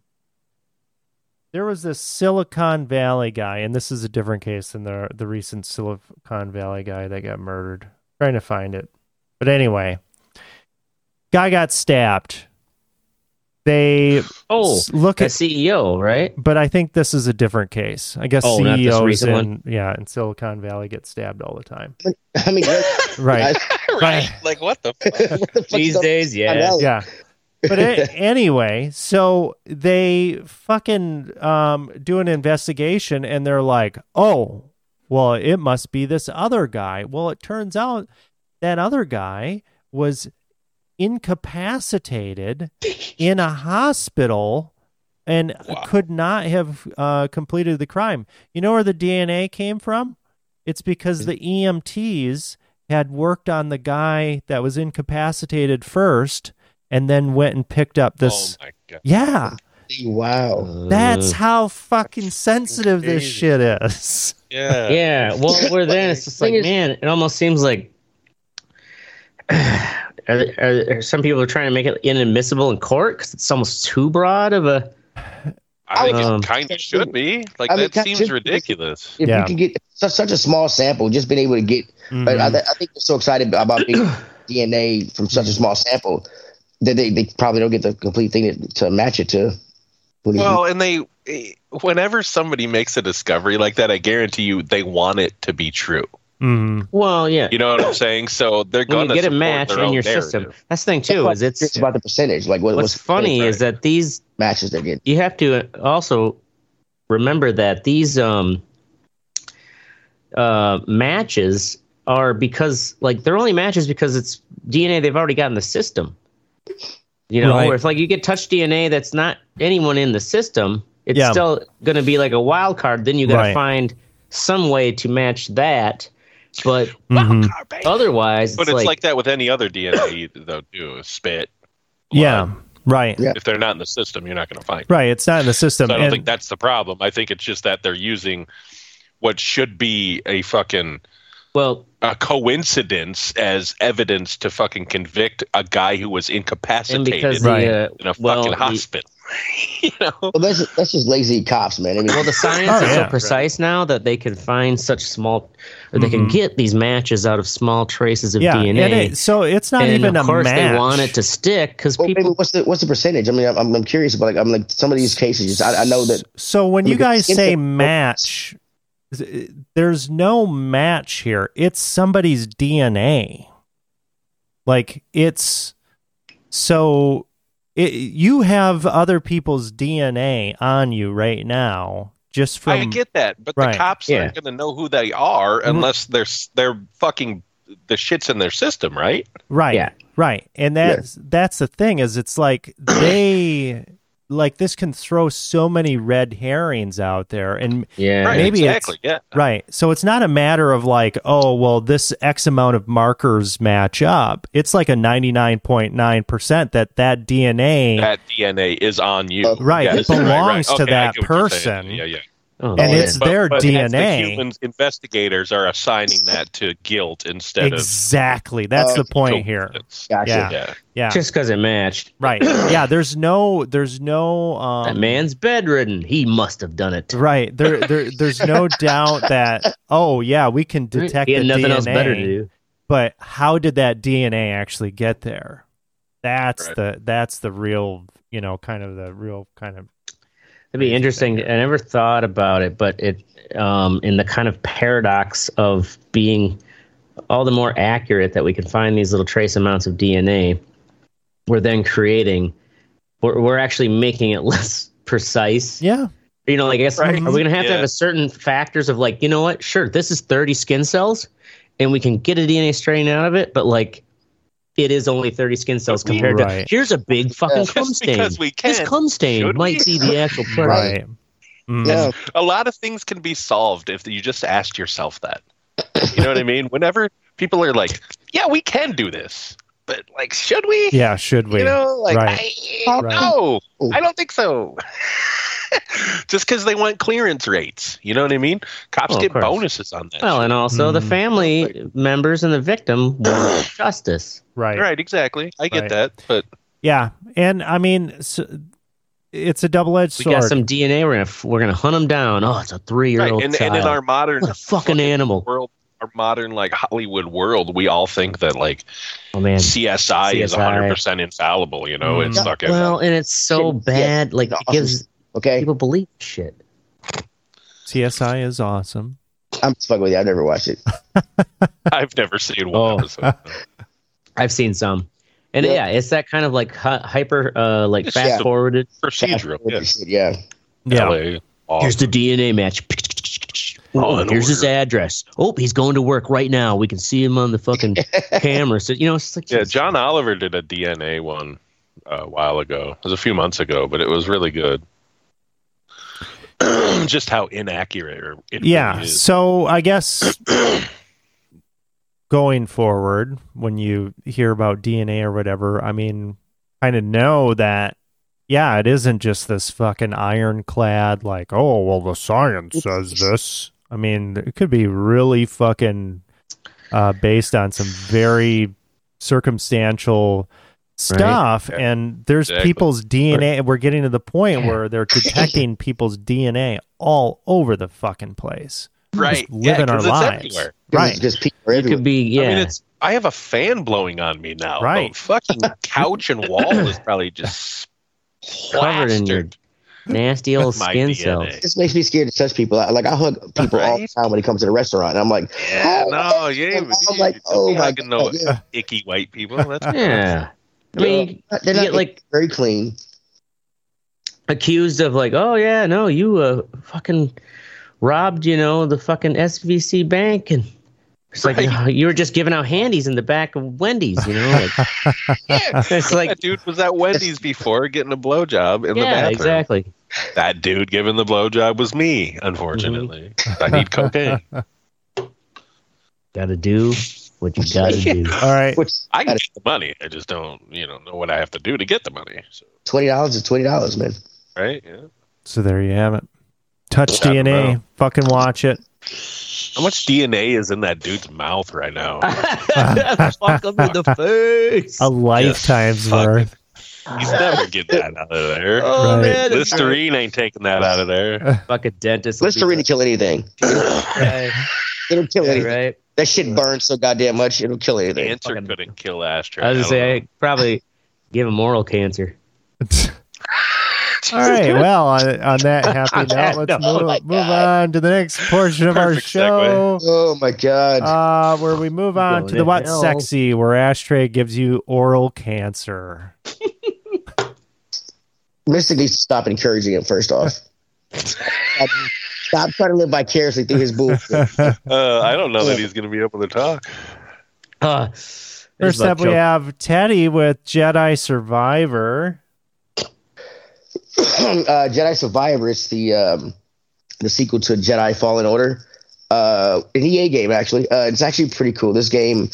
[SPEAKER 1] there was this Silicon Valley guy, and this is a different case than the the recent Silicon Valley guy that got murdered. trying to find it, but anyway, Guy got stabbed. They
[SPEAKER 2] Oh,
[SPEAKER 1] s- look
[SPEAKER 2] the
[SPEAKER 1] at,
[SPEAKER 2] CEO, right?
[SPEAKER 1] but I think this is a different case. I guess
[SPEAKER 2] Oh, not this
[SPEAKER 1] CEOs
[SPEAKER 2] recent
[SPEAKER 1] in
[SPEAKER 2] one?
[SPEAKER 1] yeah in Silicon Valley get stabbed all the time.
[SPEAKER 4] I mean, what,
[SPEAKER 1] Right?
[SPEAKER 3] right? Oh Like what the? Fuck?
[SPEAKER 4] what the fuck
[SPEAKER 2] These
[SPEAKER 4] is
[SPEAKER 2] days,
[SPEAKER 4] up-
[SPEAKER 2] yeah.
[SPEAKER 1] yeah. But a- anyway, so they fucking um, do an investigation and they're like, oh, well, it must be this other guy. Well, it turns out that other guy was incapacitated in a hospital and
[SPEAKER 3] Wow.
[SPEAKER 1] could not have uh, completed the crime. You know where the DNA came from? It's because the EMTs had worked on the guy that was incapacitated first and then went and picked up this.
[SPEAKER 3] Oh my god!
[SPEAKER 1] yeah,
[SPEAKER 4] Wow.
[SPEAKER 1] that's how fucking sensitive this
[SPEAKER 3] crazy.
[SPEAKER 1] shit is.
[SPEAKER 3] Yeah.
[SPEAKER 2] yeah. Well, we're then it's just like,
[SPEAKER 4] Thing is-
[SPEAKER 2] man, it almost seems like are, are, are some people are trying to make it inadmissible in court because it's almost too broad of a.
[SPEAKER 3] I think
[SPEAKER 2] Um,
[SPEAKER 3] it kind of should be. Like
[SPEAKER 4] I mean,
[SPEAKER 3] that
[SPEAKER 4] that
[SPEAKER 3] seems
[SPEAKER 4] should-
[SPEAKER 3] ridiculous.
[SPEAKER 4] If
[SPEAKER 1] Yeah.
[SPEAKER 4] you can get such, such a small sample, just being able to get, but
[SPEAKER 1] Mm-hmm.
[SPEAKER 4] I, I think they're so excited about being DNA from such a small sample that they, they probably don't get the complete thing to, to match it to. What do you
[SPEAKER 3] Well, and they, eh, whenever somebody makes a discovery like that, I guarantee you they want it to be true.
[SPEAKER 1] Mhm.
[SPEAKER 2] Well, yeah.
[SPEAKER 3] You know what I'm saying? So they're
[SPEAKER 2] When
[SPEAKER 3] going
[SPEAKER 2] you
[SPEAKER 3] to
[SPEAKER 2] get a match in your system, that's the thing too. Is
[SPEAKER 4] think?
[SPEAKER 2] it's
[SPEAKER 4] It's about the percentage. Like what
[SPEAKER 2] what's
[SPEAKER 4] what's
[SPEAKER 2] funny is that these
[SPEAKER 4] matches they're getting.
[SPEAKER 2] you have to also remember that these um uh matches are because like they're only matches because it's DNA they've already got in the system. You know,
[SPEAKER 1] Right.
[SPEAKER 2] or if like you get touch DNA that's not anyone in the system, it's
[SPEAKER 1] Yeah.
[SPEAKER 2] still gonna be like a wild card. Then you gotta
[SPEAKER 1] Right.
[SPEAKER 2] find some way to match that. But
[SPEAKER 1] Mhm.
[SPEAKER 2] otherwise
[SPEAKER 3] But
[SPEAKER 2] Mm-hmm. it's,
[SPEAKER 3] it's like,
[SPEAKER 2] like,
[SPEAKER 3] that with any other DNA, though, too. Spit.
[SPEAKER 1] Yeah, right.
[SPEAKER 4] Yeah.
[SPEAKER 3] If they're not in the system, you're not going to find
[SPEAKER 1] Right. It's not in the system.
[SPEAKER 3] So I don't
[SPEAKER 1] and-
[SPEAKER 3] think that's the problem. I think it's just that they're using what should be a fucking
[SPEAKER 2] well
[SPEAKER 3] a coincidence as evidence to fucking convict a guy who was
[SPEAKER 2] and
[SPEAKER 3] incapacitated
[SPEAKER 2] because
[SPEAKER 1] Right.
[SPEAKER 2] the uh,
[SPEAKER 3] in a
[SPEAKER 2] well,
[SPEAKER 3] fucking
[SPEAKER 2] the-
[SPEAKER 3] hospital. you know?
[SPEAKER 4] Well, that's that's just lazy cops, man. I mean,
[SPEAKER 2] Well, the science
[SPEAKER 1] Oh,
[SPEAKER 2] is
[SPEAKER 1] yeah.
[SPEAKER 2] so precise now that they can find such small, or they can
[SPEAKER 1] Mhm.
[SPEAKER 2] get these matches out of small traces of
[SPEAKER 1] yeah, and
[SPEAKER 2] DNA.
[SPEAKER 1] it- so it's not
[SPEAKER 2] and
[SPEAKER 1] even
[SPEAKER 2] of
[SPEAKER 1] a
[SPEAKER 2] course,
[SPEAKER 1] match.
[SPEAKER 2] they want it to stick because
[SPEAKER 4] well, maybe
[SPEAKER 2] people.
[SPEAKER 4] what's the what's the percentage? I mean, I'm I'm curious about like I'm like some of these cases. Just, I, I know that
[SPEAKER 1] So when you
[SPEAKER 4] Look at
[SPEAKER 1] guys
[SPEAKER 4] skin
[SPEAKER 1] say
[SPEAKER 4] tone.
[SPEAKER 1] match, th- there's no match here. It's somebody's DNA. Like it's so it, you have other people's DNA on you right now, just from
[SPEAKER 3] I get that, but
[SPEAKER 1] Right.
[SPEAKER 3] the cops aren't going to know who they are
[SPEAKER 1] Mhm.
[SPEAKER 3] unless they're s- they're fucking the shits in their system, right?
[SPEAKER 1] right,
[SPEAKER 2] Yeah.
[SPEAKER 1] right, and that's that's the thing is it's like they like this can throw so many red herrings out there, and
[SPEAKER 2] Yeah,
[SPEAKER 3] right,
[SPEAKER 1] maybe it's-
[SPEAKER 3] exactly. Yeah.
[SPEAKER 1] Right. So it's not a matter of like, oh, well, this X amount of markers match up. It's like a 99.9% that that DNA.
[SPEAKER 3] that DNA is on you.
[SPEAKER 4] Uh,
[SPEAKER 1] Right, it belongs to
[SPEAKER 3] I
[SPEAKER 1] that
[SPEAKER 3] get what you're saying.
[SPEAKER 1] person.
[SPEAKER 3] Yeah, yeah.
[SPEAKER 2] Oh,
[SPEAKER 1] and
[SPEAKER 2] yeah.
[SPEAKER 1] it's their
[SPEAKER 3] but that's
[SPEAKER 1] DNA.
[SPEAKER 3] The humans investigators are assigning that to guilt instead
[SPEAKER 1] exactly. That's
[SPEAKER 4] Uh,
[SPEAKER 1] the
[SPEAKER 3] of
[SPEAKER 1] point here.
[SPEAKER 3] coincidence.
[SPEAKER 4] gotcha.
[SPEAKER 1] Yeah.
[SPEAKER 3] Yeah.
[SPEAKER 1] Yeah.
[SPEAKER 2] just because it matched.
[SPEAKER 1] right. Yeah. There's no, there's no,
[SPEAKER 2] That
[SPEAKER 1] um,
[SPEAKER 2] man's bedridden. He must have done it.
[SPEAKER 1] right. There, there, there's no doubt that, oh, yeah, we can detect
[SPEAKER 2] he had
[SPEAKER 1] the
[SPEAKER 2] nothing
[SPEAKER 1] DNA.
[SPEAKER 2] else better to do.
[SPEAKER 1] but how did that DNA actually get there? That's
[SPEAKER 3] Right.
[SPEAKER 1] the that's the real you know kind of the real kind of
[SPEAKER 2] It'd be interesting. I never thought about it, but it um, in the kind of paradox of being all the more accurate that we can find these little trace amounts of DNA, we're then creating, we're, we're actually making it less precise.
[SPEAKER 1] yeah
[SPEAKER 2] You know, like I guess
[SPEAKER 1] Right.
[SPEAKER 2] are we going to have to
[SPEAKER 3] Yeah.
[SPEAKER 2] have a certain factors of like, you know what? Sure, this is thirty skin cells, and we can get a DNA strain out of it, but like. It is only 30 skin cells
[SPEAKER 3] But we-
[SPEAKER 2] compared
[SPEAKER 1] Right.
[SPEAKER 2] to. Here's a big fucking
[SPEAKER 4] Just
[SPEAKER 2] cum
[SPEAKER 3] Just
[SPEAKER 2] stain.
[SPEAKER 3] because we
[SPEAKER 2] This
[SPEAKER 3] can,
[SPEAKER 2] cum stain
[SPEAKER 3] should
[SPEAKER 2] might
[SPEAKER 3] we?
[SPEAKER 2] see the actual
[SPEAKER 1] right,
[SPEAKER 2] part.
[SPEAKER 1] Mm.
[SPEAKER 4] Yeah.
[SPEAKER 3] a lot of things can be solved if you just asked yourself that. You know what I mean? Whenever people are like, "Yeah, we can do this," but like, should we?
[SPEAKER 1] yeah should we
[SPEAKER 3] You know, like,
[SPEAKER 1] Right.
[SPEAKER 3] I,
[SPEAKER 1] Right.
[SPEAKER 3] no,
[SPEAKER 4] Oh.
[SPEAKER 3] I don't think so. just because they want clearance rates, you know what I mean? Cops
[SPEAKER 2] Oh, of
[SPEAKER 3] get
[SPEAKER 2] course.
[SPEAKER 3] bonuses on that.
[SPEAKER 2] Well, and also the
[SPEAKER 1] Mm.
[SPEAKER 2] family members and the victim want justice.
[SPEAKER 1] right
[SPEAKER 3] shit. right, exactly. I get
[SPEAKER 1] Right.
[SPEAKER 3] that, but
[SPEAKER 1] yeah and I mean so, it's a double edged
[SPEAKER 2] We
[SPEAKER 1] sword
[SPEAKER 2] got some DNA. We're gonna we're gonna hunt them down. Oh, it's a three year
[SPEAKER 3] right,
[SPEAKER 2] old
[SPEAKER 3] and,
[SPEAKER 2] child.
[SPEAKER 3] and in our modern
[SPEAKER 2] what a fucking animal!
[SPEAKER 3] world, our modern like Hollywood world, we all think that like
[SPEAKER 2] Oh man.
[SPEAKER 3] CSI, is is
[SPEAKER 2] CSI.
[SPEAKER 3] 100% infallible. You know, it's
[SPEAKER 1] Mm.
[SPEAKER 3] fucking
[SPEAKER 2] Well, and it's so
[SPEAKER 4] Yeah,
[SPEAKER 2] bad. Like it
[SPEAKER 4] awesome.
[SPEAKER 2] gives
[SPEAKER 4] Okay,
[SPEAKER 2] people believe shit.
[SPEAKER 1] CSI is awesome.
[SPEAKER 4] I'm just fucking with you. I've never watched it.
[SPEAKER 3] I've never seen one uh,
[SPEAKER 2] Oh.
[SPEAKER 3] episode.
[SPEAKER 2] I've seen some, and
[SPEAKER 4] Yeah.
[SPEAKER 2] yeah, it's that kind of like hy- hyper, uh, like
[SPEAKER 3] It's
[SPEAKER 2] fast
[SPEAKER 4] just-
[SPEAKER 2] forwarded.
[SPEAKER 3] Procedural. Yeah.
[SPEAKER 4] Shit, yeah.
[SPEAKER 3] LA. Awesome.
[SPEAKER 2] Here's the DNA match.
[SPEAKER 3] Law
[SPEAKER 2] Oh,
[SPEAKER 3] and
[SPEAKER 2] here's his
[SPEAKER 3] order.
[SPEAKER 2] address. Oh, he's going to work right now. We can see him on the fucking camera. So you know, it's just like
[SPEAKER 3] Yeah, John Oliver did a DNA one uh, a while ago. It was a few months ago, but it was really good. Just how inaccurate or it
[SPEAKER 1] yeah
[SPEAKER 3] really is.
[SPEAKER 1] so i guess going forward when you hear about dna or whatever i mean kind of know that yeah it isn't just this fucking ironclad like oh well the science says this i mean it could be really fucking uh, based on some very circumstantial stuff
[SPEAKER 3] Yeah.
[SPEAKER 1] and there's
[SPEAKER 3] Exactly.
[SPEAKER 1] people's dna we're getting to the point where they're detecting people's dna all over the fucking place
[SPEAKER 3] right.
[SPEAKER 1] living
[SPEAKER 3] yeah, 'cause
[SPEAKER 1] our
[SPEAKER 3] it's
[SPEAKER 1] lives.
[SPEAKER 3] everywhere.
[SPEAKER 1] Right.
[SPEAKER 4] Because people are
[SPEAKER 2] it could
[SPEAKER 4] everywhere.
[SPEAKER 2] be yeah.
[SPEAKER 3] I mean, it's. I have a fan blowing on me now. The
[SPEAKER 1] Right.
[SPEAKER 3] fucking couch and wall is probably just
[SPEAKER 2] covered in your
[SPEAKER 3] plastered
[SPEAKER 2] nasty old
[SPEAKER 3] with my
[SPEAKER 2] skin
[SPEAKER 3] DNA.
[SPEAKER 2] cells.
[SPEAKER 4] This makes me scared to touch people. I, like I hug people all the
[SPEAKER 3] Right?
[SPEAKER 4] time when it comes to the restaurant. And I'm like,
[SPEAKER 3] Yeah, no, yeah.
[SPEAKER 4] I'm
[SPEAKER 3] but
[SPEAKER 4] like,
[SPEAKER 3] you-
[SPEAKER 4] oh
[SPEAKER 3] you're
[SPEAKER 4] my
[SPEAKER 3] not gonna know
[SPEAKER 4] god, yeah.
[SPEAKER 3] icky white people. That's
[SPEAKER 2] Yeah, I mean, you
[SPEAKER 4] they're not
[SPEAKER 2] get like
[SPEAKER 4] very clean.
[SPEAKER 2] accused of like, oh yeah, no, you uh fucking robbed, you know, the fucking SVC bank and. It's like
[SPEAKER 3] Right.
[SPEAKER 2] "Oh, you were just giving out handies in the back of Wendy's, you know. Like,
[SPEAKER 3] yeah.
[SPEAKER 2] it's like,
[SPEAKER 3] that dude was at Wendy's before getting a blowjob in the
[SPEAKER 2] yeah,
[SPEAKER 3] bathroom.
[SPEAKER 2] exactly.
[SPEAKER 3] That dude giving the blowjob was me, unfortunately.
[SPEAKER 2] Mm-hmm.
[SPEAKER 3] I need cocaine.
[SPEAKER 2] Gotta do what you gotta do.
[SPEAKER 1] all right
[SPEAKER 4] Which
[SPEAKER 3] I can get the money. I just don't, you know, know what I have to do to get the money. So,
[SPEAKER 4] twenty dollars is twenty dollars, man.
[SPEAKER 3] right? Yeah.
[SPEAKER 1] so there you have it touch
[SPEAKER 3] I don't
[SPEAKER 1] dna
[SPEAKER 3] know.
[SPEAKER 1] fucking watch it
[SPEAKER 3] How much DNA is in that dude's mouth right now?
[SPEAKER 2] Fuck him in the face.
[SPEAKER 1] a lifetime's
[SPEAKER 3] fuck
[SPEAKER 1] worth
[SPEAKER 3] He's never getting that out of there.
[SPEAKER 2] Oh
[SPEAKER 1] Right.
[SPEAKER 2] man, it's
[SPEAKER 3] Listerine ain't taking that out of there.
[SPEAKER 2] fuck a dentist.
[SPEAKER 4] Let's really kill anything.
[SPEAKER 2] right.
[SPEAKER 4] It'll kill anything.
[SPEAKER 2] right.
[SPEAKER 4] That shit burns so goddamn much. It'll kill anything.
[SPEAKER 3] Cancer
[SPEAKER 2] fucking-
[SPEAKER 3] couldn't kill Astra.
[SPEAKER 2] I was gonna say I probably give him oral cancer.
[SPEAKER 1] all right well on, on that happy
[SPEAKER 2] that
[SPEAKER 1] note let's
[SPEAKER 2] note,
[SPEAKER 1] move,
[SPEAKER 2] my
[SPEAKER 1] move on to the next portion of our
[SPEAKER 3] Perfect
[SPEAKER 1] show
[SPEAKER 4] Oh my god.
[SPEAKER 1] uh, where we move on
[SPEAKER 2] Going
[SPEAKER 1] to the
[SPEAKER 2] to
[SPEAKER 1] what's
[SPEAKER 2] hell.
[SPEAKER 1] sexy, where ashtray gives you oral cancer.
[SPEAKER 4] Mystic needs to stop encouraging him first off. stop, stop trying to live vicariously through his bullshit.
[SPEAKER 3] Uh, I don't know that he's going to be able to talk.
[SPEAKER 2] Uh,
[SPEAKER 1] First up, we have Teddy with Jedi Survivor.
[SPEAKER 4] uh, Jedi Survivor is the um, the sequel to Jedi Fallen Order, uh, an EA game actually. Uh, it's actually pretty cool. This game,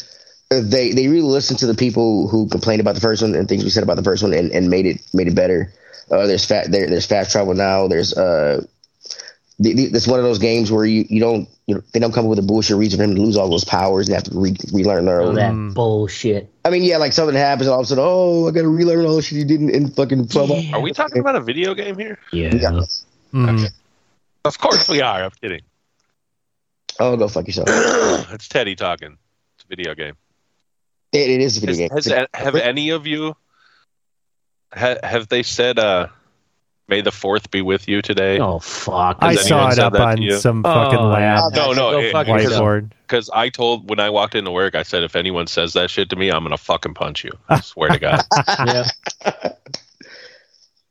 [SPEAKER 4] uh, they they really listened to the people who complained about the first one and things we said about the first one and, and made it made it better. Uh, there's fat there, there's fast travel now. There's uh, the, the, it's one of those games where you, you don't you know, they don't come up with a bullshit reason for him to lose all those powers and have to re- relearn their
[SPEAKER 2] Oh,
[SPEAKER 4] own.
[SPEAKER 2] that
[SPEAKER 1] Mm.
[SPEAKER 2] bullshit.
[SPEAKER 4] I mean, yeah, like something happens and all of a sudden, oh, I got to relearn all the shit you didn't in fucking. Blah, blah.
[SPEAKER 3] Are we talking about a video game here?
[SPEAKER 2] Yeah.
[SPEAKER 4] Yeah.
[SPEAKER 1] Mm.
[SPEAKER 3] Of course we are. I'm kidding.
[SPEAKER 4] Oh, go fuck yourself.
[SPEAKER 3] it's Teddy talking. It's a video game.
[SPEAKER 4] It, it is a video
[SPEAKER 3] Has,
[SPEAKER 4] game.
[SPEAKER 3] has, uh, have any of you ha, have they said uh, "May the Fourth be with you" today?
[SPEAKER 2] Oh fuck.
[SPEAKER 1] I
[SPEAKER 3] Has
[SPEAKER 1] saw
[SPEAKER 3] anyone
[SPEAKER 1] it
[SPEAKER 3] said
[SPEAKER 1] up
[SPEAKER 3] that to
[SPEAKER 1] on
[SPEAKER 3] you?
[SPEAKER 1] some
[SPEAKER 2] Oh,
[SPEAKER 1] fucking lab
[SPEAKER 4] No,
[SPEAKER 3] no,
[SPEAKER 2] Go
[SPEAKER 3] it-
[SPEAKER 2] fuck
[SPEAKER 3] because-
[SPEAKER 2] yourself.
[SPEAKER 1] whiteboard.
[SPEAKER 3] Because I told when I walked into work, I said, "If anyone says that shit to me, I'm gonna fucking punch you." I swear to God.
[SPEAKER 2] Yeah.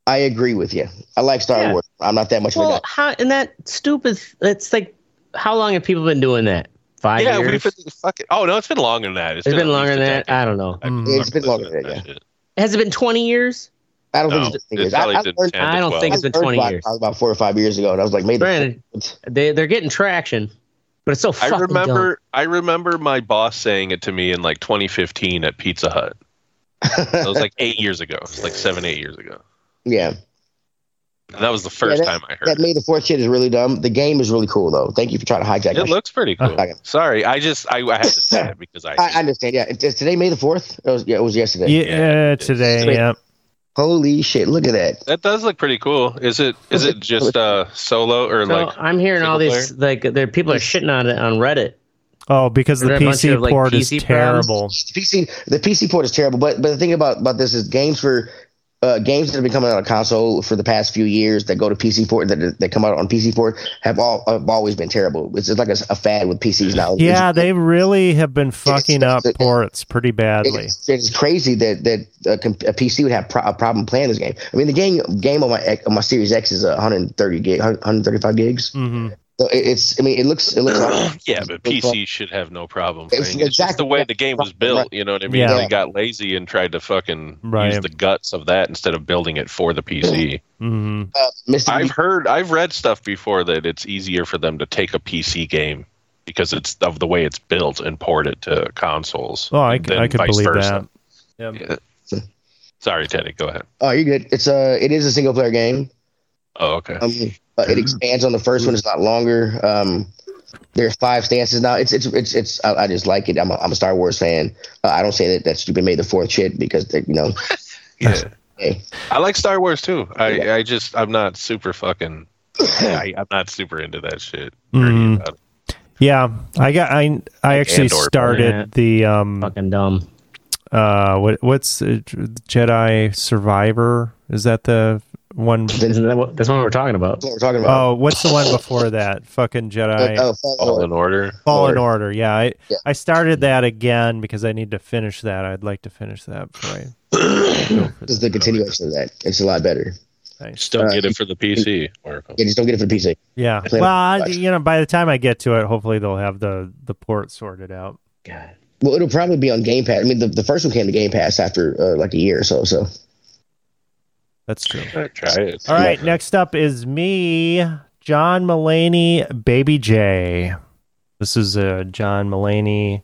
[SPEAKER 4] I agree with you. I like Star
[SPEAKER 2] Yeah.
[SPEAKER 4] Wars. I'm not that much of a
[SPEAKER 2] Well, how and that stupid. It's like, how long have people been doing that? Five
[SPEAKER 3] yeah,
[SPEAKER 2] years.
[SPEAKER 3] we've been fucking. Oh no, it's been longer than that.
[SPEAKER 2] it's been
[SPEAKER 3] at
[SPEAKER 2] longer
[SPEAKER 3] least
[SPEAKER 2] than
[SPEAKER 3] a
[SPEAKER 2] that.
[SPEAKER 3] decade.
[SPEAKER 2] I don't know.
[SPEAKER 3] I
[SPEAKER 1] Mm.
[SPEAKER 3] fucking
[SPEAKER 4] It's been
[SPEAKER 3] listened
[SPEAKER 4] longer than
[SPEAKER 3] to
[SPEAKER 4] that,
[SPEAKER 3] shit.
[SPEAKER 2] Has it been twenty years?
[SPEAKER 4] guy. I don't
[SPEAKER 3] No,
[SPEAKER 4] think it's the thing
[SPEAKER 3] it's
[SPEAKER 4] is. I,
[SPEAKER 3] probably
[SPEAKER 4] I
[SPEAKER 3] been
[SPEAKER 4] learned,
[SPEAKER 3] 10 to
[SPEAKER 2] I don't
[SPEAKER 3] 12.
[SPEAKER 2] think
[SPEAKER 4] I
[SPEAKER 2] it's been
[SPEAKER 4] learned
[SPEAKER 2] 20
[SPEAKER 4] Black
[SPEAKER 2] years.
[SPEAKER 4] Hawk about four or five years ago, and I was like, maybe.
[SPEAKER 2] Brandon, they they're getting traction, but it's so
[SPEAKER 3] I
[SPEAKER 2] fucking
[SPEAKER 3] remember. I remember my boss saying it to me in like 2015 at Pizza Hut. That was like eight years ago. It was like seven, eight years ago.
[SPEAKER 4] yeah,
[SPEAKER 3] And that was the first
[SPEAKER 4] that-
[SPEAKER 3] time I heard.
[SPEAKER 4] that
[SPEAKER 3] it.
[SPEAKER 4] May the Fourth shit is really dumb. The game is really cool though. Thank you for trying to hijack. my
[SPEAKER 3] It
[SPEAKER 4] shit.
[SPEAKER 3] looks pretty cool.
[SPEAKER 4] Okay.
[SPEAKER 3] Sorry, I just I, I had to say it because I,
[SPEAKER 4] I, I understand. Yeah, It- it's today May the Fourth. It was, yeah, it was yesterday.
[SPEAKER 1] Yeah,
[SPEAKER 3] Yeah.
[SPEAKER 1] today.
[SPEAKER 4] Sweet.
[SPEAKER 1] Yep.
[SPEAKER 4] Holy shit! Look at that.
[SPEAKER 3] that does look pretty cool. Is it is it just uh solo or
[SPEAKER 2] dumb. So
[SPEAKER 3] like
[SPEAKER 2] I'm hearing all
[SPEAKER 3] single
[SPEAKER 2] these like there people are shitting on it on Reddit.
[SPEAKER 1] Oh, because the
[SPEAKER 2] There's a bunch
[SPEAKER 1] PC
[SPEAKER 2] of, like,
[SPEAKER 1] port is
[SPEAKER 2] PC problems.
[SPEAKER 1] terrible.
[SPEAKER 4] PC the PC port is terrible, but but the thing about about this is games for uh, games that have been coming out on console for the past few years that go to PC port that that come out on PC port have all have always been terrible. It's just like a, a fad with PCs now.
[SPEAKER 1] Yeah, they really have been fucking up
[SPEAKER 4] it's-
[SPEAKER 1] ports pretty badly.
[SPEAKER 4] It's, it's crazy that that a, com- a PC would have pro- a problem playing this game. I mean, the game game on my X- on my Series X is uh, 130 gig, 135 gigs.
[SPEAKER 1] hmm
[SPEAKER 4] So it, it's I mean, it looks it looks. like-
[SPEAKER 3] yeah, but PC should have no problem. Playing.
[SPEAKER 4] It's
[SPEAKER 3] It's, just
[SPEAKER 4] exactly
[SPEAKER 3] the way
[SPEAKER 4] what-
[SPEAKER 3] the game was built. You know what I mean?
[SPEAKER 1] Yeah.
[SPEAKER 3] They got lazy and tried to fucking
[SPEAKER 1] Right.
[SPEAKER 3] use the guts of that instead of building it for the PC.
[SPEAKER 1] hmm
[SPEAKER 4] uh, Mr.
[SPEAKER 3] I've heard, I've read stuff before that it's easier for them to take a PC game because it's of the way it's built and port it to consoles.
[SPEAKER 1] Oh, I, c-
[SPEAKER 3] than
[SPEAKER 1] I could
[SPEAKER 3] vice
[SPEAKER 1] believe
[SPEAKER 3] versa.
[SPEAKER 1] that.
[SPEAKER 3] Yeah. Sorry, Teddy. Go ahead.
[SPEAKER 4] oh, you're good. It's a it is a single player game.
[SPEAKER 3] Oh, okay.
[SPEAKER 4] Um, uh, it expands on the first one. It's not longer. Um, there's five stances now. It's it's it's it's. I, I just like it. I'm a, I'm a Star Wars fan. Uh, I don't say that that stupid made the fourth shit because they, you know.
[SPEAKER 3] Yeah.
[SPEAKER 4] Hey.
[SPEAKER 3] I like Star Wars too. I, I just I'm not super fucking. I, I'm not super into that shit.
[SPEAKER 1] Mhm.
[SPEAKER 3] About it.
[SPEAKER 1] Yeah, I got I I actually
[SPEAKER 3] Andor.
[SPEAKER 2] Yeah.
[SPEAKER 1] started the um
[SPEAKER 2] Fucking dumb.
[SPEAKER 1] uh what what's uh, Jedi Survivor? Is that the one
[SPEAKER 2] Isn't that what, that's what we're talking about.
[SPEAKER 4] That's what we're talking about.
[SPEAKER 1] Oh, what's the one before that? Fucking Jedi
[SPEAKER 2] Uh,
[SPEAKER 4] But, oh, fuck,
[SPEAKER 3] All in order.
[SPEAKER 1] Fallen
[SPEAKER 4] Order.
[SPEAKER 1] Order. Yeah, I
[SPEAKER 4] Yeah.
[SPEAKER 1] I started that again because I need to finish that. I'd like to finish that before I go for
[SPEAKER 4] this
[SPEAKER 1] that.
[SPEAKER 4] is the continuation of that. It's a lot better.
[SPEAKER 1] Thanks.
[SPEAKER 3] Just don't
[SPEAKER 4] Uh,
[SPEAKER 3] get it for the PC. Oracle.
[SPEAKER 4] Yeah, just don't get it for the PC.
[SPEAKER 1] Yeah.
[SPEAKER 4] Play it
[SPEAKER 1] Well, I,
[SPEAKER 4] twice.
[SPEAKER 1] you know, by the time I get to it, hopefully they'll have the the port sorted out.
[SPEAKER 2] God.
[SPEAKER 4] Well, it'll probably be on Game Pass. I mean, the, the first one came to Game Pass after uh, like a year or so. So
[SPEAKER 1] That's true.
[SPEAKER 3] Try it.
[SPEAKER 1] All right, next up is me, John Mulaney, Baby J. This is a John Mulaney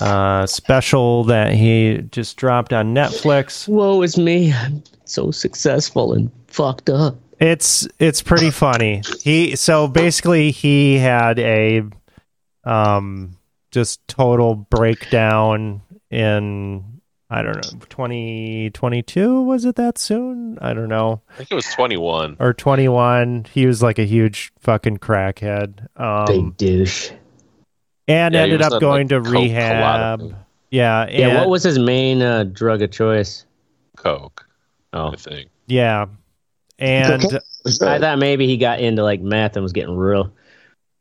[SPEAKER 1] uh, special that he just dropped on Netflix.
[SPEAKER 2] Whoa, it's me. I'm so successful and fucked up.
[SPEAKER 1] It's it's pretty funny. He so basically he had a um just total breakdown in I don't know 2022 was it that soon? I don't know.
[SPEAKER 3] I think it was 21.
[SPEAKER 1] or 21. He was like a huge fucking crackhead. Um,
[SPEAKER 2] Big douche.
[SPEAKER 1] and
[SPEAKER 3] Yeah, he
[SPEAKER 1] ended
[SPEAKER 3] was
[SPEAKER 1] up
[SPEAKER 3] on,
[SPEAKER 1] going
[SPEAKER 3] like,
[SPEAKER 1] to
[SPEAKER 3] Coke, Colada.
[SPEAKER 1] rehab. Yeah. And,
[SPEAKER 2] Yeah, what was his main uh, drug of choice?
[SPEAKER 3] Coke,
[SPEAKER 2] Oh,
[SPEAKER 3] I think.
[SPEAKER 1] Yeah. And
[SPEAKER 3] Uh,
[SPEAKER 2] I thought maybe he got into like meth and was getting real.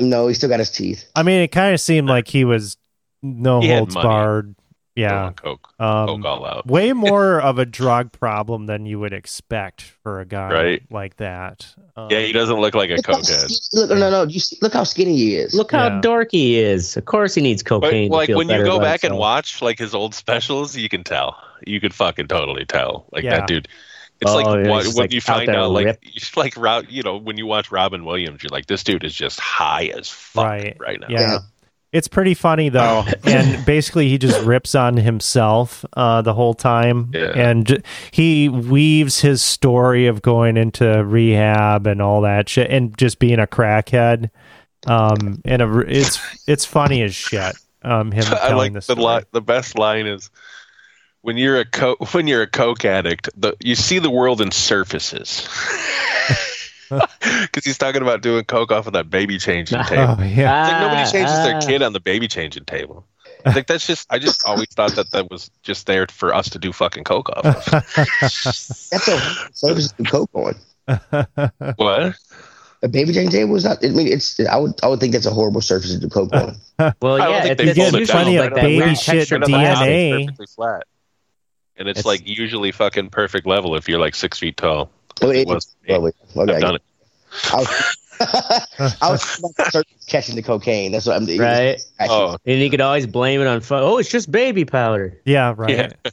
[SPEAKER 4] no, he still got his teeth.
[SPEAKER 1] I mean, it kind of seemed like he was no
[SPEAKER 3] He had
[SPEAKER 1] holds
[SPEAKER 3] money. Oh,
[SPEAKER 1] barred.
[SPEAKER 3] Go
[SPEAKER 1] Yeah.
[SPEAKER 3] on Coke. Coke
[SPEAKER 1] Um,
[SPEAKER 3] all out.
[SPEAKER 1] way more of a drug problem than you would expect for a guy
[SPEAKER 3] Right.
[SPEAKER 1] like that. Um,
[SPEAKER 3] Yeah, he doesn't look like a
[SPEAKER 4] Look, how
[SPEAKER 3] cokehead.
[SPEAKER 4] skinny- look, no, no, you see, look how skinny he is.
[SPEAKER 2] Look
[SPEAKER 1] Yeah.
[SPEAKER 2] how dorky he is. Of course, he needs
[SPEAKER 3] But
[SPEAKER 2] cocaine. to
[SPEAKER 3] like
[SPEAKER 2] feel
[SPEAKER 3] when you
[SPEAKER 2] better
[SPEAKER 3] go
[SPEAKER 2] about
[SPEAKER 3] back and
[SPEAKER 2] himself.
[SPEAKER 3] watch like his old specials, you can tell. You could fucking totally tell. Like
[SPEAKER 1] Yeah.
[SPEAKER 3] that dude. It's
[SPEAKER 2] Oh,
[SPEAKER 3] like
[SPEAKER 2] yeah,
[SPEAKER 3] wha-
[SPEAKER 2] he's just,
[SPEAKER 3] when
[SPEAKER 2] like,
[SPEAKER 3] you
[SPEAKER 2] out
[SPEAKER 3] find
[SPEAKER 2] there
[SPEAKER 3] out, like,
[SPEAKER 2] ripped.
[SPEAKER 3] you- like Rob, you know, when you watch Robin Williams, you're like, this dude is just high as fuck
[SPEAKER 1] Right.
[SPEAKER 3] right, now. Oh.
[SPEAKER 1] Yeah.
[SPEAKER 4] Yeah.
[SPEAKER 1] It's pretty funny though, and basically he just rips on himself uh, the whole time,
[SPEAKER 3] Yeah.
[SPEAKER 1] and j- he weaves his story of going into rehab and all that shit, and just being a crackhead. Um, and a, r- it's it's funny as shit. Um, him telling
[SPEAKER 3] I like
[SPEAKER 1] this
[SPEAKER 3] the
[SPEAKER 1] story.
[SPEAKER 3] li- the best line is when you're a co- when you're a coke addict, the, you see the world in surfaces. Because he's talking about doing coke off of that baby changing table.
[SPEAKER 1] Oh yeah,
[SPEAKER 3] It's like nobody
[SPEAKER 2] Ah,
[SPEAKER 3] changes their
[SPEAKER 2] ah.
[SPEAKER 3] kid on the baby changing table. It's Like that's just I just always thought that that was just there for us to do fucking coke off. Of.
[SPEAKER 4] That's a service to coke on.
[SPEAKER 3] What?
[SPEAKER 4] A baby Jane table was not. I mean, it's. I would. I would think that's a horrible surface to coke on.
[SPEAKER 2] Well,
[SPEAKER 3] I don't
[SPEAKER 2] yeah, it's,
[SPEAKER 3] think they
[SPEAKER 2] it's
[SPEAKER 3] fold it
[SPEAKER 2] usually
[SPEAKER 3] down.
[SPEAKER 2] like
[SPEAKER 3] Like
[SPEAKER 2] that
[SPEAKER 3] baby
[SPEAKER 2] weird
[SPEAKER 1] shit
[SPEAKER 2] texture
[SPEAKER 1] The
[SPEAKER 3] The
[SPEAKER 2] of plastic.
[SPEAKER 1] DNA.
[SPEAKER 3] is perfectly flat, and it's,
[SPEAKER 2] It's-
[SPEAKER 3] like usually fucking perfect level if you're like six feet tall.
[SPEAKER 4] Oh,
[SPEAKER 3] It
[SPEAKER 4] it-
[SPEAKER 3] was.
[SPEAKER 4] oh, wait. Okay,
[SPEAKER 3] I've done it.
[SPEAKER 4] I was, I was about to start catching the cocaine. That's what I'm doing.
[SPEAKER 2] Right.
[SPEAKER 3] Oh,
[SPEAKER 2] And you could always blame it on fu- oh, it's just baby powder.
[SPEAKER 1] yeah, right.
[SPEAKER 3] Yeah.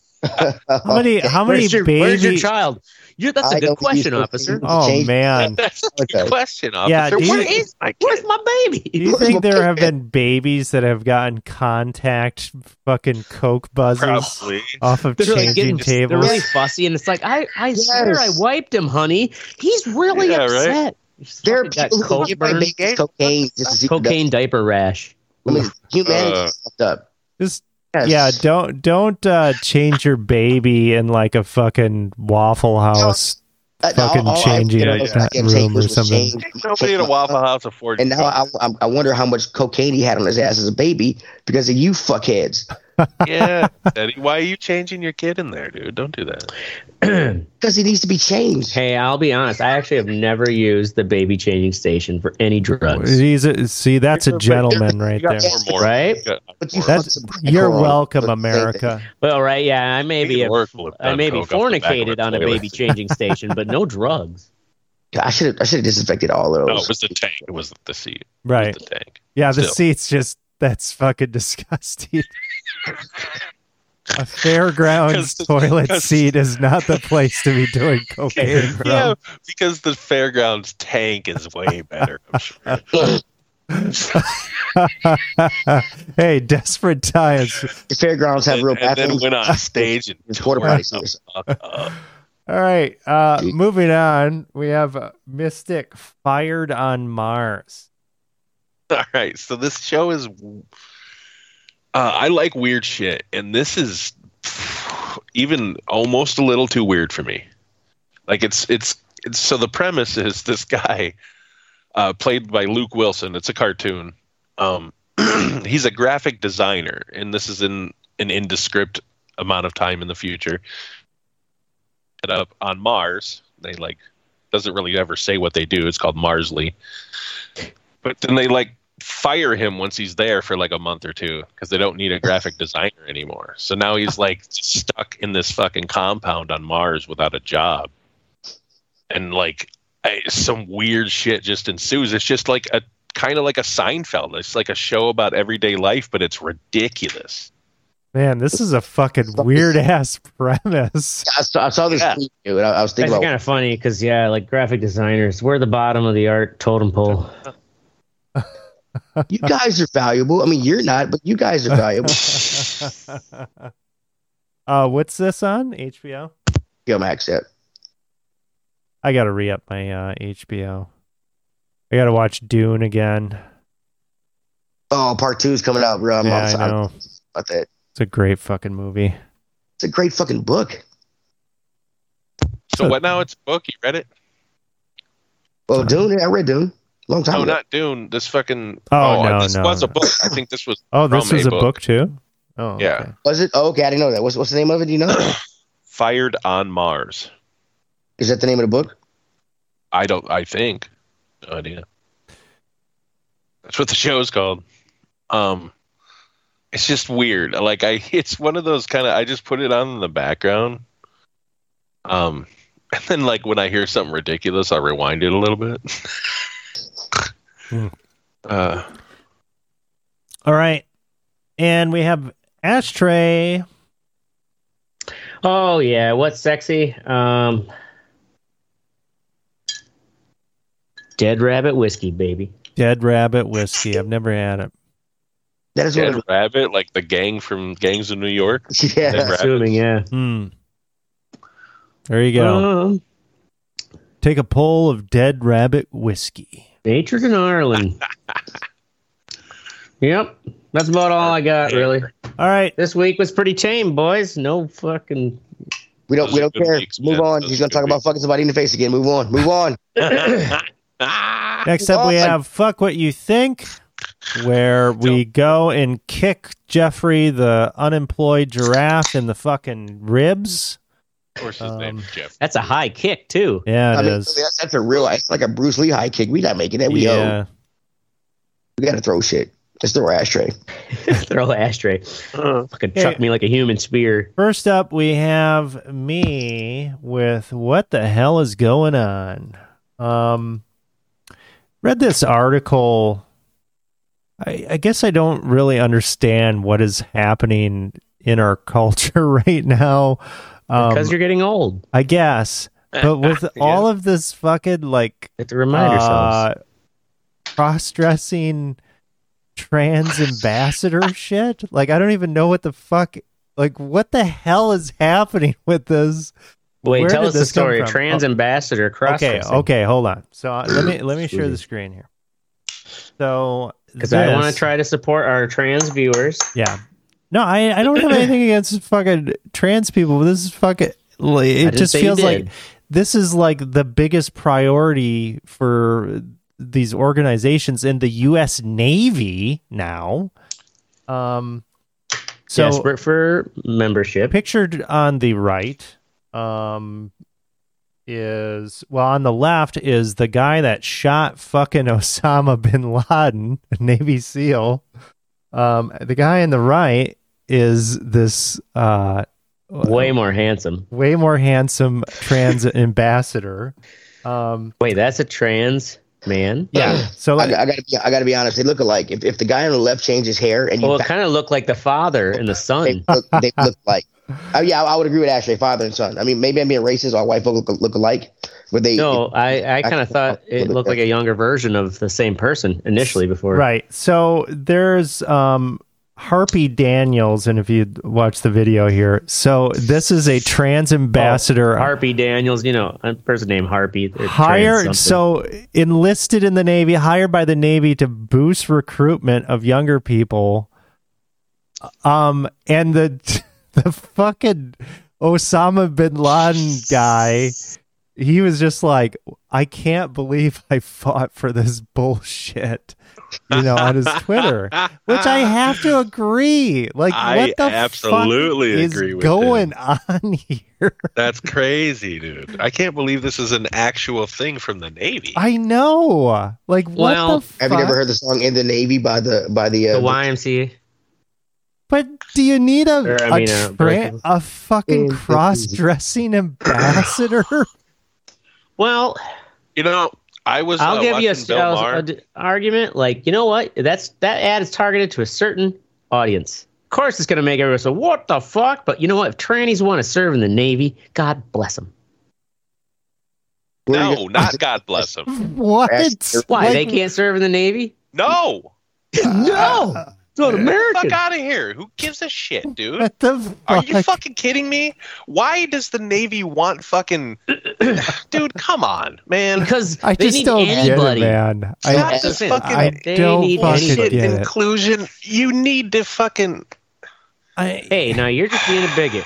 [SPEAKER 1] How many? How many
[SPEAKER 2] where's your,
[SPEAKER 1] baby?
[SPEAKER 2] Where's your child? you that's
[SPEAKER 4] I
[SPEAKER 2] a
[SPEAKER 4] don't
[SPEAKER 2] good
[SPEAKER 4] think he's
[SPEAKER 2] question,
[SPEAKER 4] supposed
[SPEAKER 2] officer.
[SPEAKER 4] to-
[SPEAKER 1] oh
[SPEAKER 4] Change-
[SPEAKER 1] man,
[SPEAKER 3] that's a good
[SPEAKER 4] Okay.
[SPEAKER 3] question, officer.
[SPEAKER 1] Yeah, do
[SPEAKER 3] Where
[SPEAKER 1] you-
[SPEAKER 3] is my kid?
[SPEAKER 2] Where's my
[SPEAKER 1] Do
[SPEAKER 2] baby?
[SPEAKER 1] you
[SPEAKER 4] Where's
[SPEAKER 1] think
[SPEAKER 4] my
[SPEAKER 1] there have
[SPEAKER 4] baby?
[SPEAKER 1] been babies that have gotten contact fucking coke buzzes
[SPEAKER 3] Probably.
[SPEAKER 1] off of
[SPEAKER 2] They're, like,
[SPEAKER 1] changing
[SPEAKER 2] getting- They're
[SPEAKER 1] tables?
[SPEAKER 2] really fussy, and it's like I, I swear I
[SPEAKER 4] Yes.
[SPEAKER 2] wiped him, honey. He's really
[SPEAKER 3] Yeah, right?
[SPEAKER 2] upset. He's
[SPEAKER 4] There are
[SPEAKER 2] fucking got
[SPEAKER 4] people who
[SPEAKER 2] coke
[SPEAKER 4] give my
[SPEAKER 2] burn,
[SPEAKER 4] babies cocaine just to see what
[SPEAKER 2] cocaine diaper rash.
[SPEAKER 4] I mean, humanity
[SPEAKER 3] Uh,
[SPEAKER 4] fucked up.
[SPEAKER 1] Just
[SPEAKER 4] Yes.
[SPEAKER 1] yeah, don't don't uh, change your baby in like a fucking Waffle House
[SPEAKER 4] Uh,
[SPEAKER 1] Fucking
[SPEAKER 4] all- all I-
[SPEAKER 1] change
[SPEAKER 4] you
[SPEAKER 1] it
[SPEAKER 4] know,
[SPEAKER 1] at
[SPEAKER 4] those
[SPEAKER 1] that
[SPEAKER 4] goddamn
[SPEAKER 1] room or
[SPEAKER 4] takers was
[SPEAKER 1] something.
[SPEAKER 4] change.
[SPEAKER 3] Nobody at a Waffle House affords.
[SPEAKER 4] And now I, I- I wonder how much cocaine he had on his ass as a baby because of you fuckheads.
[SPEAKER 3] yeah, Eddie, why are you changing your kid in there, dude? Don't do that.
[SPEAKER 4] Because he needs to be changed.
[SPEAKER 2] Hey, I'll be honest. I actually have never used the baby changing station for any drugs.
[SPEAKER 1] He's a, see, that's a gentleman right
[SPEAKER 3] You got
[SPEAKER 1] there.
[SPEAKER 3] more morals.
[SPEAKER 2] Right?
[SPEAKER 3] You got
[SPEAKER 4] But you
[SPEAKER 3] more
[SPEAKER 4] fucked
[SPEAKER 1] That's
[SPEAKER 4] some black
[SPEAKER 1] you're
[SPEAKER 4] girl on-
[SPEAKER 1] welcome,
[SPEAKER 4] but-
[SPEAKER 1] America.
[SPEAKER 2] Well, right? Yeah, I may be a,
[SPEAKER 3] Work will have
[SPEAKER 2] I
[SPEAKER 3] done
[SPEAKER 2] may be
[SPEAKER 3] coke off the back of
[SPEAKER 2] fornicated on a
[SPEAKER 3] toilet.
[SPEAKER 2] baby changing station, but no drugs.
[SPEAKER 4] I should have I should have disinfected all of
[SPEAKER 3] No,
[SPEAKER 4] those.
[SPEAKER 3] it was the tank. It was the seat. It was
[SPEAKER 1] Right.
[SPEAKER 3] the tank.
[SPEAKER 1] Yeah, the
[SPEAKER 3] Still.
[SPEAKER 1] seat's just that's fucking disgusting. A fairgrounds
[SPEAKER 3] 'Cause the-
[SPEAKER 1] toilet
[SPEAKER 3] 'cause-
[SPEAKER 1] seat is not the place to be doing cocaine from.
[SPEAKER 3] Yeah, because the fairgrounds tank is way better. I'm sure.
[SPEAKER 1] hey, desperate times.
[SPEAKER 4] the fairgrounds have
[SPEAKER 3] and,
[SPEAKER 4] real
[SPEAKER 3] and then
[SPEAKER 4] bathrooms.
[SPEAKER 3] went on stage and
[SPEAKER 4] It's quarter
[SPEAKER 3] tore
[SPEAKER 4] parties.
[SPEAKER 3] the fuck up.
[SPEAKER 1] All right, uh, moving on. We have uh, Mystic fired on Mars.
[SPEAKER 3] All right, so this show is. Uh, I like weird shit, and this is even almost a little too weird for me. Like it's it's, it's so the premise is this guy, uh, played by Luke Wilson. It's a cartoon. Um, he's a graphic designer, and this is in an indescript amount of time in the future. And up on Mars, they like doesn't really ever say what they do. It's called Marsley but then they like fire him once he's there for like a month or two because they don't need a graphic designer anymore. So now he's like stuck in this fucking compound on Mars without a job, and like I, some weird shit just ensues. It's just like a kind of like a Seinfeld. It's like a show about everyday life, but it's ridiculous.
[SPEAKER 1] Man, this is a fucking weird ass premise.
[SPEAKER 4] I saw, I saw this
[SPEAKER 3] Yeah.
[SPEAKER 4] preview and I, I was
[SPEAKER 2] That's
[SPEAKER 4] thinking about
[SPEAKER 2] kind of funny because yeah, like graphic designers, we're the bottom of the art totem pole.
[SPEAKER 4] you guys are valuable. I mean, you're not, but you guys are valuable.
[SPEAKER 1] uh, what's this on HBO?
[SPEAKER 4] Yo, Max, that
[SPEAKER 1] I gotta re up my uh, HBO. I gotta watch Dune again.
[SPEAKER 4] Oh, part two is coming out, bro. I'm,
[SPEAKER 1] yeah,
[SPEAKER 4] I'm
[SPEAKER 1] I
[SPEAKER 4] sorry
[SPEAKER 1] know.
[SPEAKER 4] about that.
[SPEAKER 1] It's a great fucking movie.
[SPEAKER 4] It's a great fucking book.
[SPEAKER 3] So what now? It's a book. You read it?
[SPEAKER 4] Well, Dune, yeah, I read Dune. Long time
[SPEAKER 3] No,
[SPEAKER 4] ago.
[SPEAKER 3] not Dune. This fucking.
[SPEAKER 1] Oh, no,
[SPEAKER 3] this
[SPEAKER 1] no,
[SPEAKER 3] was a
[SPEAKER 1] no.
[SPEAKER 3] book. I think this was
[SPEAKER 1] Oh, this
[SPEAKER 3] From a
[SPEAKER 1] was a book.
[SPEAKER 3] book.
[SPEAKER 1] too. Oh,
[SPEAKER 3] Yeah.
[SPEAKER 1] okay.
[SPEAKER 4] Was it? Oh, okay, I didn't know that. What's, what's the name of it? Do you know?
[SPEAKER 3] fired on Mars.
[SPEAKER 4] is that the name of the book?
[SPEAKER 3] I don't. I think. No idea. That's what the show's called. Um, it's just weird. Like I, it's one of those kind of. I just put it on in the background. Um, and then like when I hear something ridiculous, I rewind it a little bit.
[SPEAKER 1] Hmm.
[SPEAKER 3] Uh,
[SPEAKER 1] All right, and we have Ashtray.
[SPEAKER 2] Oh yeah, what's sexy? Um, dead rabbit whiskey, baby.
[SPEAKER 1] Dead Rabbit Whiskey. I've never had it.
[SPEAKER 4] That is
[SPEAKER 3] Dead
[SPEAKER 4] what
[SPEAKER 3] Rabbit, like the gang from Gangs of New York.
[SPEAKER 4] it, Yeah.
[SPEAKER 3] Dead Rabbit.
[SPEAKER 2] Assuming, yeah.
[SPEAKER 1] Hmm. There you
[SPEAKER 3] Uh.
[SPEAKER 1] go.
[SPEAKER 2] Um,
[SPEAKER 1] Take a pull of Dead Rabbit Whiskey.
[SPEAKER 2] Matrix in Ireland. yep, that's about all I got really.
[SPEAKER 1] All right.
[SPEAKER 2] This week was pretty tame, boys. No fucking.
[SPEAKER 4] We don't.
[SPEAKER 3] Those
[SPEAKER 4] We
[SPEAKER 3] are
[SPEAKER 4] don't
[SPEAKER 3] good
[SPEAKER 4] care.
[SPEAKER 3] weeks,
[SPEAKER 4] Move
[SPEAKER 3] man.
[SPEAKER 4] on.
[SPEAKER 3] Those
[SPEAKER 4] He's gonna
[SPEAKER 3] are good
[SPEAKER 4] talk about
[SPEAKER 3] weeks.
[SPEAKER 4] fucking somebody in the face again. Move on. Move on.
[SPEAKER 3] Ah!
[SPEAKER 1] Next up, we
[SPEAKER 4] God.
[SPEAKER 1] have Fuck What You Think, where we go and kick Jeffrey, the unemployed giraffe, in the fucking ribs.
[SPEAKER 3] Of course, his
[SPEAKER 1] Um,
[SPEAKER 3] name's Jeff.
[SPEAKER 2] That's a high kick too.
[SPEAKER 1] Yeah,
[SPEAKER 4] I
[SPEAKER 1] it
[SPEAKER 4] mean,
[SPEAKER 1] is.
[SPEAKER 4] that's, that's a real. It's like a Bruce Lee high kick. We not making that. We owe.
[SPEAKER 1] yeah.
[SPEAKER 4] We gotta throw shit. Let's throw ashtray.
[SPEAKER 2] Throw ashtray. Fucking
[SPEAKER 1] Uh-huh. Hey.
[SPEAKER 2] chuck me like a human spear.
[SPEAKER 1] First up, we have me with What the Hell is Going On? Um, read this article. I, I guess I don't really understand what is happening in our culture right now. Um,
[SPEAKER 2] Because you're getting old.
[SPEAKER 1] I guess. But with all of this fucking like
[SPEAKER 2] You have to remind yourselves.
[SPEAKER 1] uh, cross-dressing trans ambassador shit. Like I don't even know what the fuck. Like what the hell is happening with this?
[SPEAKER 2] Wait,
[SPEAKER 1] where
[SPEAKER 2] tell
[SPEAKER 1] did
[SPEAKER 2] us the
[SPEAKER 1] this come
[SPEAKER 2] story.
[SPEAKER 1] from?
[SPEAKER 2] Trans
[SPEAKER 1] Oh.
[SPEAKER 2] ambassador cross.
[SPEAKER 1] Okay, okay, hold on. So uh, let me let me
[SPEAKER 2] Excuse
[SPEAKER 1] share
[SPEAKER 2] me.
[SPEAKER 1] the screen here. So
[SPEAKER 2] Because I
[SPEAKER 1] this-
[SPEAKER 2] want to try to support our trans viewers.
[SPEAKER 1] Yeah. No, I I don't have anything against fucking trans people, but this is fucking. Like,
[SPEAKER 2] I
[SPEAKER 1] it
[SPEAKER 2] didn't
[SPEAKER 1] just
[SPEAKER 2] say you
[SPEAKER 1] feels like
[SPEAKER 2] did.
[SPEAKER 1] this is like the biggest priority for these organizations in the U.S. Navy now. Um, so
[SPEAKER 2] Desperate for membership.
[SPEAKER 1] pictured on the right um, is well on the left is the guy that shot fucking Osama bin Laden, a Navy SEAL. Um, the guy on the right is this uh,
[SPEAKER 2] Way more handsome.
[SPEAKER 1] way more handsome trans ambassador. Um,
[SPEAKER 2] Wait, that's a trans man.
[SPEAKER 1] yeah. So
[SPEAKER 4] I,
[SPEAKER 1] like,
[SPEAKER 4] I gotta be, I gotta be honest. They look alike. If, if the guy on the left changes hair and you,
[SPEAKER 2] Well, it
[SPEAKER 4] back-
[SPEAKER 2] kind of looked like the father and the
[SPEAKER 4] they
[SPEAKER 2] son.
[SPEAKER 4] look, they look like. Oh yeah, I, I would agree with Ashley, father and son. I mean, maybe I'm being racist. All white folk look, look alike, but they
[SPEAKER 2] No, I, I kind
[SPEAKER 4] Actually,
[SPEAKER 2] of thought it looked like a younger version of the same person initially before.
[SPEAKER 1] Right. So there's um Harpy Daniels, and if you watch the video here, so this is a trans ambassador.
[SPEAKER 2] Harpy Daniels, you know, a person named Harpy. they're trans something.
[SPEAKER 1] Hired, so enlisted in the Navy, hired by the Navy to boost recruitment of younger people. Um, and the the fucking Osama bin Laden guy, he was just like, I can't believe I fought for this bullshit, you know, on his Twitter which I have to agree. Like,
[SPEAKER 3] I
[SPEAKER 1] what the
[SPEAKER 3] absolutely
[SPEAKER 1] fuck is
[SPEAKER 3] agree with
[SPEAKER 1] going on here?
[SPEAKER 3] That's crazy, dude. I can't believe this is an actual thing from the Navy.
[SPEAKER 1] I know. Like, what
[SPEAKER 2] Well,
[SPEAKER 1] the fuck?
[SPEAKER 4] Have you ever heard the song "In the Navy" by the by the? Uh,
[SPEAKER 2] the YMCA.
[SPEAKER 1] But do you need a
[SPEAKER 2] Or, I mean,
[SPEAKER 1] a,
[SPEAKER 2] uh,
[SPEAKER 1] tra-
[SPEAKER 2] break-
[SPEAKER 1] a fucking
[SPEAKER 4] Mm,
[SPEAKER 1] cross-dressing ambassador?
[SPEAKER 2] Well,
[SPEAKER 3] You know, I was.
[SPEAKER 2] I'll
[SPEAKER 3] uh,
[SPEAKER 2] give you a,
[SPEAKER 3] watching Bill
[SPEAKER 2] a-
[SPEAKER 3] Maher.
[SPEAKER 2] a d- argument. Like, you know what? That's that ad is targeted to a certain audience. Of course, it's going to make everyone say, "What the fuck?" But you know what? If trannies want to serve in the Navy, God bless them.
[SPEAKER 4] where you
[SPEAKER 3] no, not God bless him.
[SPEAKER 1] what?
[SPEAKER 4] Ask-
[SPEAKER 2] Why
[SPEAKER 1] Like,
[SPEAKER 2] they can't serve in the Navy?
[SPEAKER 3] No,
[SPEAKER 2] no, it's not
[SPEAKER 3] fuck
[SPEAKER 2] American.
[SPEAKER 3] out of here. Who gives a shit, dude?
[SPEAKER 1] What the fuck?
[SPEAKER 3] Are you fucking kidding me? Why does the Navy want fucking dude? Come on, man.
[SPEAKER 2] Because
[SPEAKER 1] I
[SPEAKER 2] they
[SPEAKER 1] just
[SPEAKER 2] need
[SPEAKER 1] don't
[SPEAKER 2] anybody.
[SPEAKER 1] get it, man. I,
[SPEAKER 4] Yeah.
[SPEAKER 3] Stop this
[SPEAKER 2] Listen,
[SPEAKER 3] fucking
[SPEAKER 1] I
[SPEAKER 2] they
[SPEAKER 1] don't
[SPEAKER 2] need
[SPEAKER 1] fucking
[SPEAKER 2] anybody.
[SPEAKER 3] bullshit
[SPEAKER 1] get it.
[SPEAKER 3] inclusion. You need to fucking
[SPEAKER 1] I-
[SPEAKER 2] Hey, now you're just being a bigot.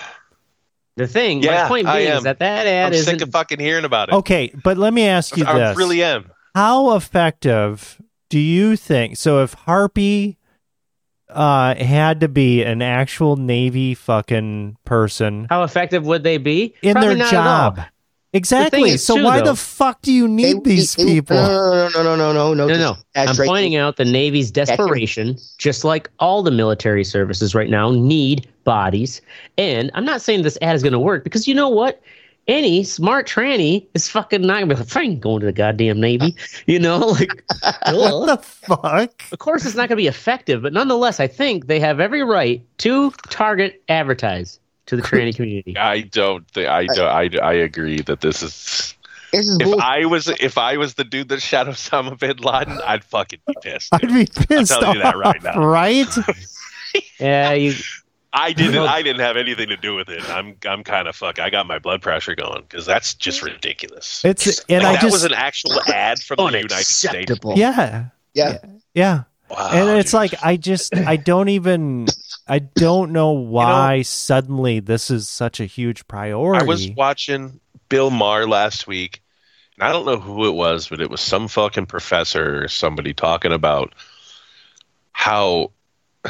[SPEAKER 2] The thing,
[SPEAKER 3] Yeah,
[SPEAKER 2] my point
[SPEAKER 3] I
[SPEAKER 2] being
[SPEAKER 3] am.
[SPEAKER 2] is that that ad
[SPEAKER 3] I'm
[SPEAKER 2] is
[SPEAKER 3] sick of fucking hearing about it.
[SPEAKER 1] okay, but let Oh, me ask you
[SPEAKER 3] I
[SPEAKER 1] this.
[SPEAKER 3] really am.
[SPEAKER 1] how effective do you think so if harpy uh had to be an actual navy fucking person
[SPEAKER 2] how effective would they be
[SPEAKER 1] in
[SPEAKER 2] Probably
[SPEAKER 1] their
[SPEAKER 2] not at all.
[SPEAKER 1] job exactly
[SPEAKER 2] is,
[SPEAKER 1] so
[SPEAKER 2] too,
[SPEAKER 1] why
[SPEAKER 2] though-
[SPEAKER 1] the fuck do you
[SPEAKER 4] They-
[SPEAKER 1] need these
[SPEAKER 4] they-
[SPEAKER 1] people
[SPEAKER 2] uh,
[SPEAKER 4] No, no, no, no, no,
[SPEAKER 2] No,
[SPEAKER 4] no, just
[SPEAKER 2] no.
[SPEAKER 4] ask
[SPEAKER 2] I'm
[SPEAKER 4] straight-
[SPEAKER 2] pointing out the Navy's desperation, just like all the military services right now, need bodies. And I'm not saying this ad is going to work because you know what? Any smart tranny is fucking not going to be like, "Fine, going to the goddamn Navy. You know, like,
[SPEAKER 1] what the fuck
[SPEAKER 2] of course it's not going to be effective, but nonetheless, I think they have every right to target advertise to the tranny community.
[SPEAKER 3] I don't. Think, I don't. I, I agree that this is.
[SPEAKER 4] This is
[SPEAKER 3] If
[SPEAKER 4] bullshit.
[SPEAKER 3] I was, if I was the dude that shot Osama bin Laden, I'd fucking be pissed.
[SPEAKER 1] i'd be pissed
[SPEAKER 3] telling you that
[SPEAKER 1] off,
[SPEAKER 3] right now.
[SPEAKER 1] right
[SPEAKER 2] Yeah, you,
[SPEAKER 3] I didn't. I didn't have anything to do with it. I'm. I'm kind of fuck. I got my blood pressure going because that's just ridiculous.
[SPEAKER 1] it's and
[SPEAKER 3] Like,
[SPEAKER 1] i
[SPEAKER 3] that
[SPEAKER 1] just
[SPEAKER 3] was an actual ad from the United States.
[SPEAKER 2] unacceptable.
[SPEAKER 1] yeah
[SPEAKER 4] Yeah.
[SPEAKER 1] yeah
[SPEAKER 3] Wow,
[SPEAKER 2] Oh,
[SPEAKER 1] and it's
[SPEAKER 3] dude.
[SPEAKER 1] like i just i don't even i don't know why suddenly this is such a huge priority
[SPEAKER 3] I was watching Bill Maher last week, and I don't know who it was, but it was some fucking professor or somebody talking about how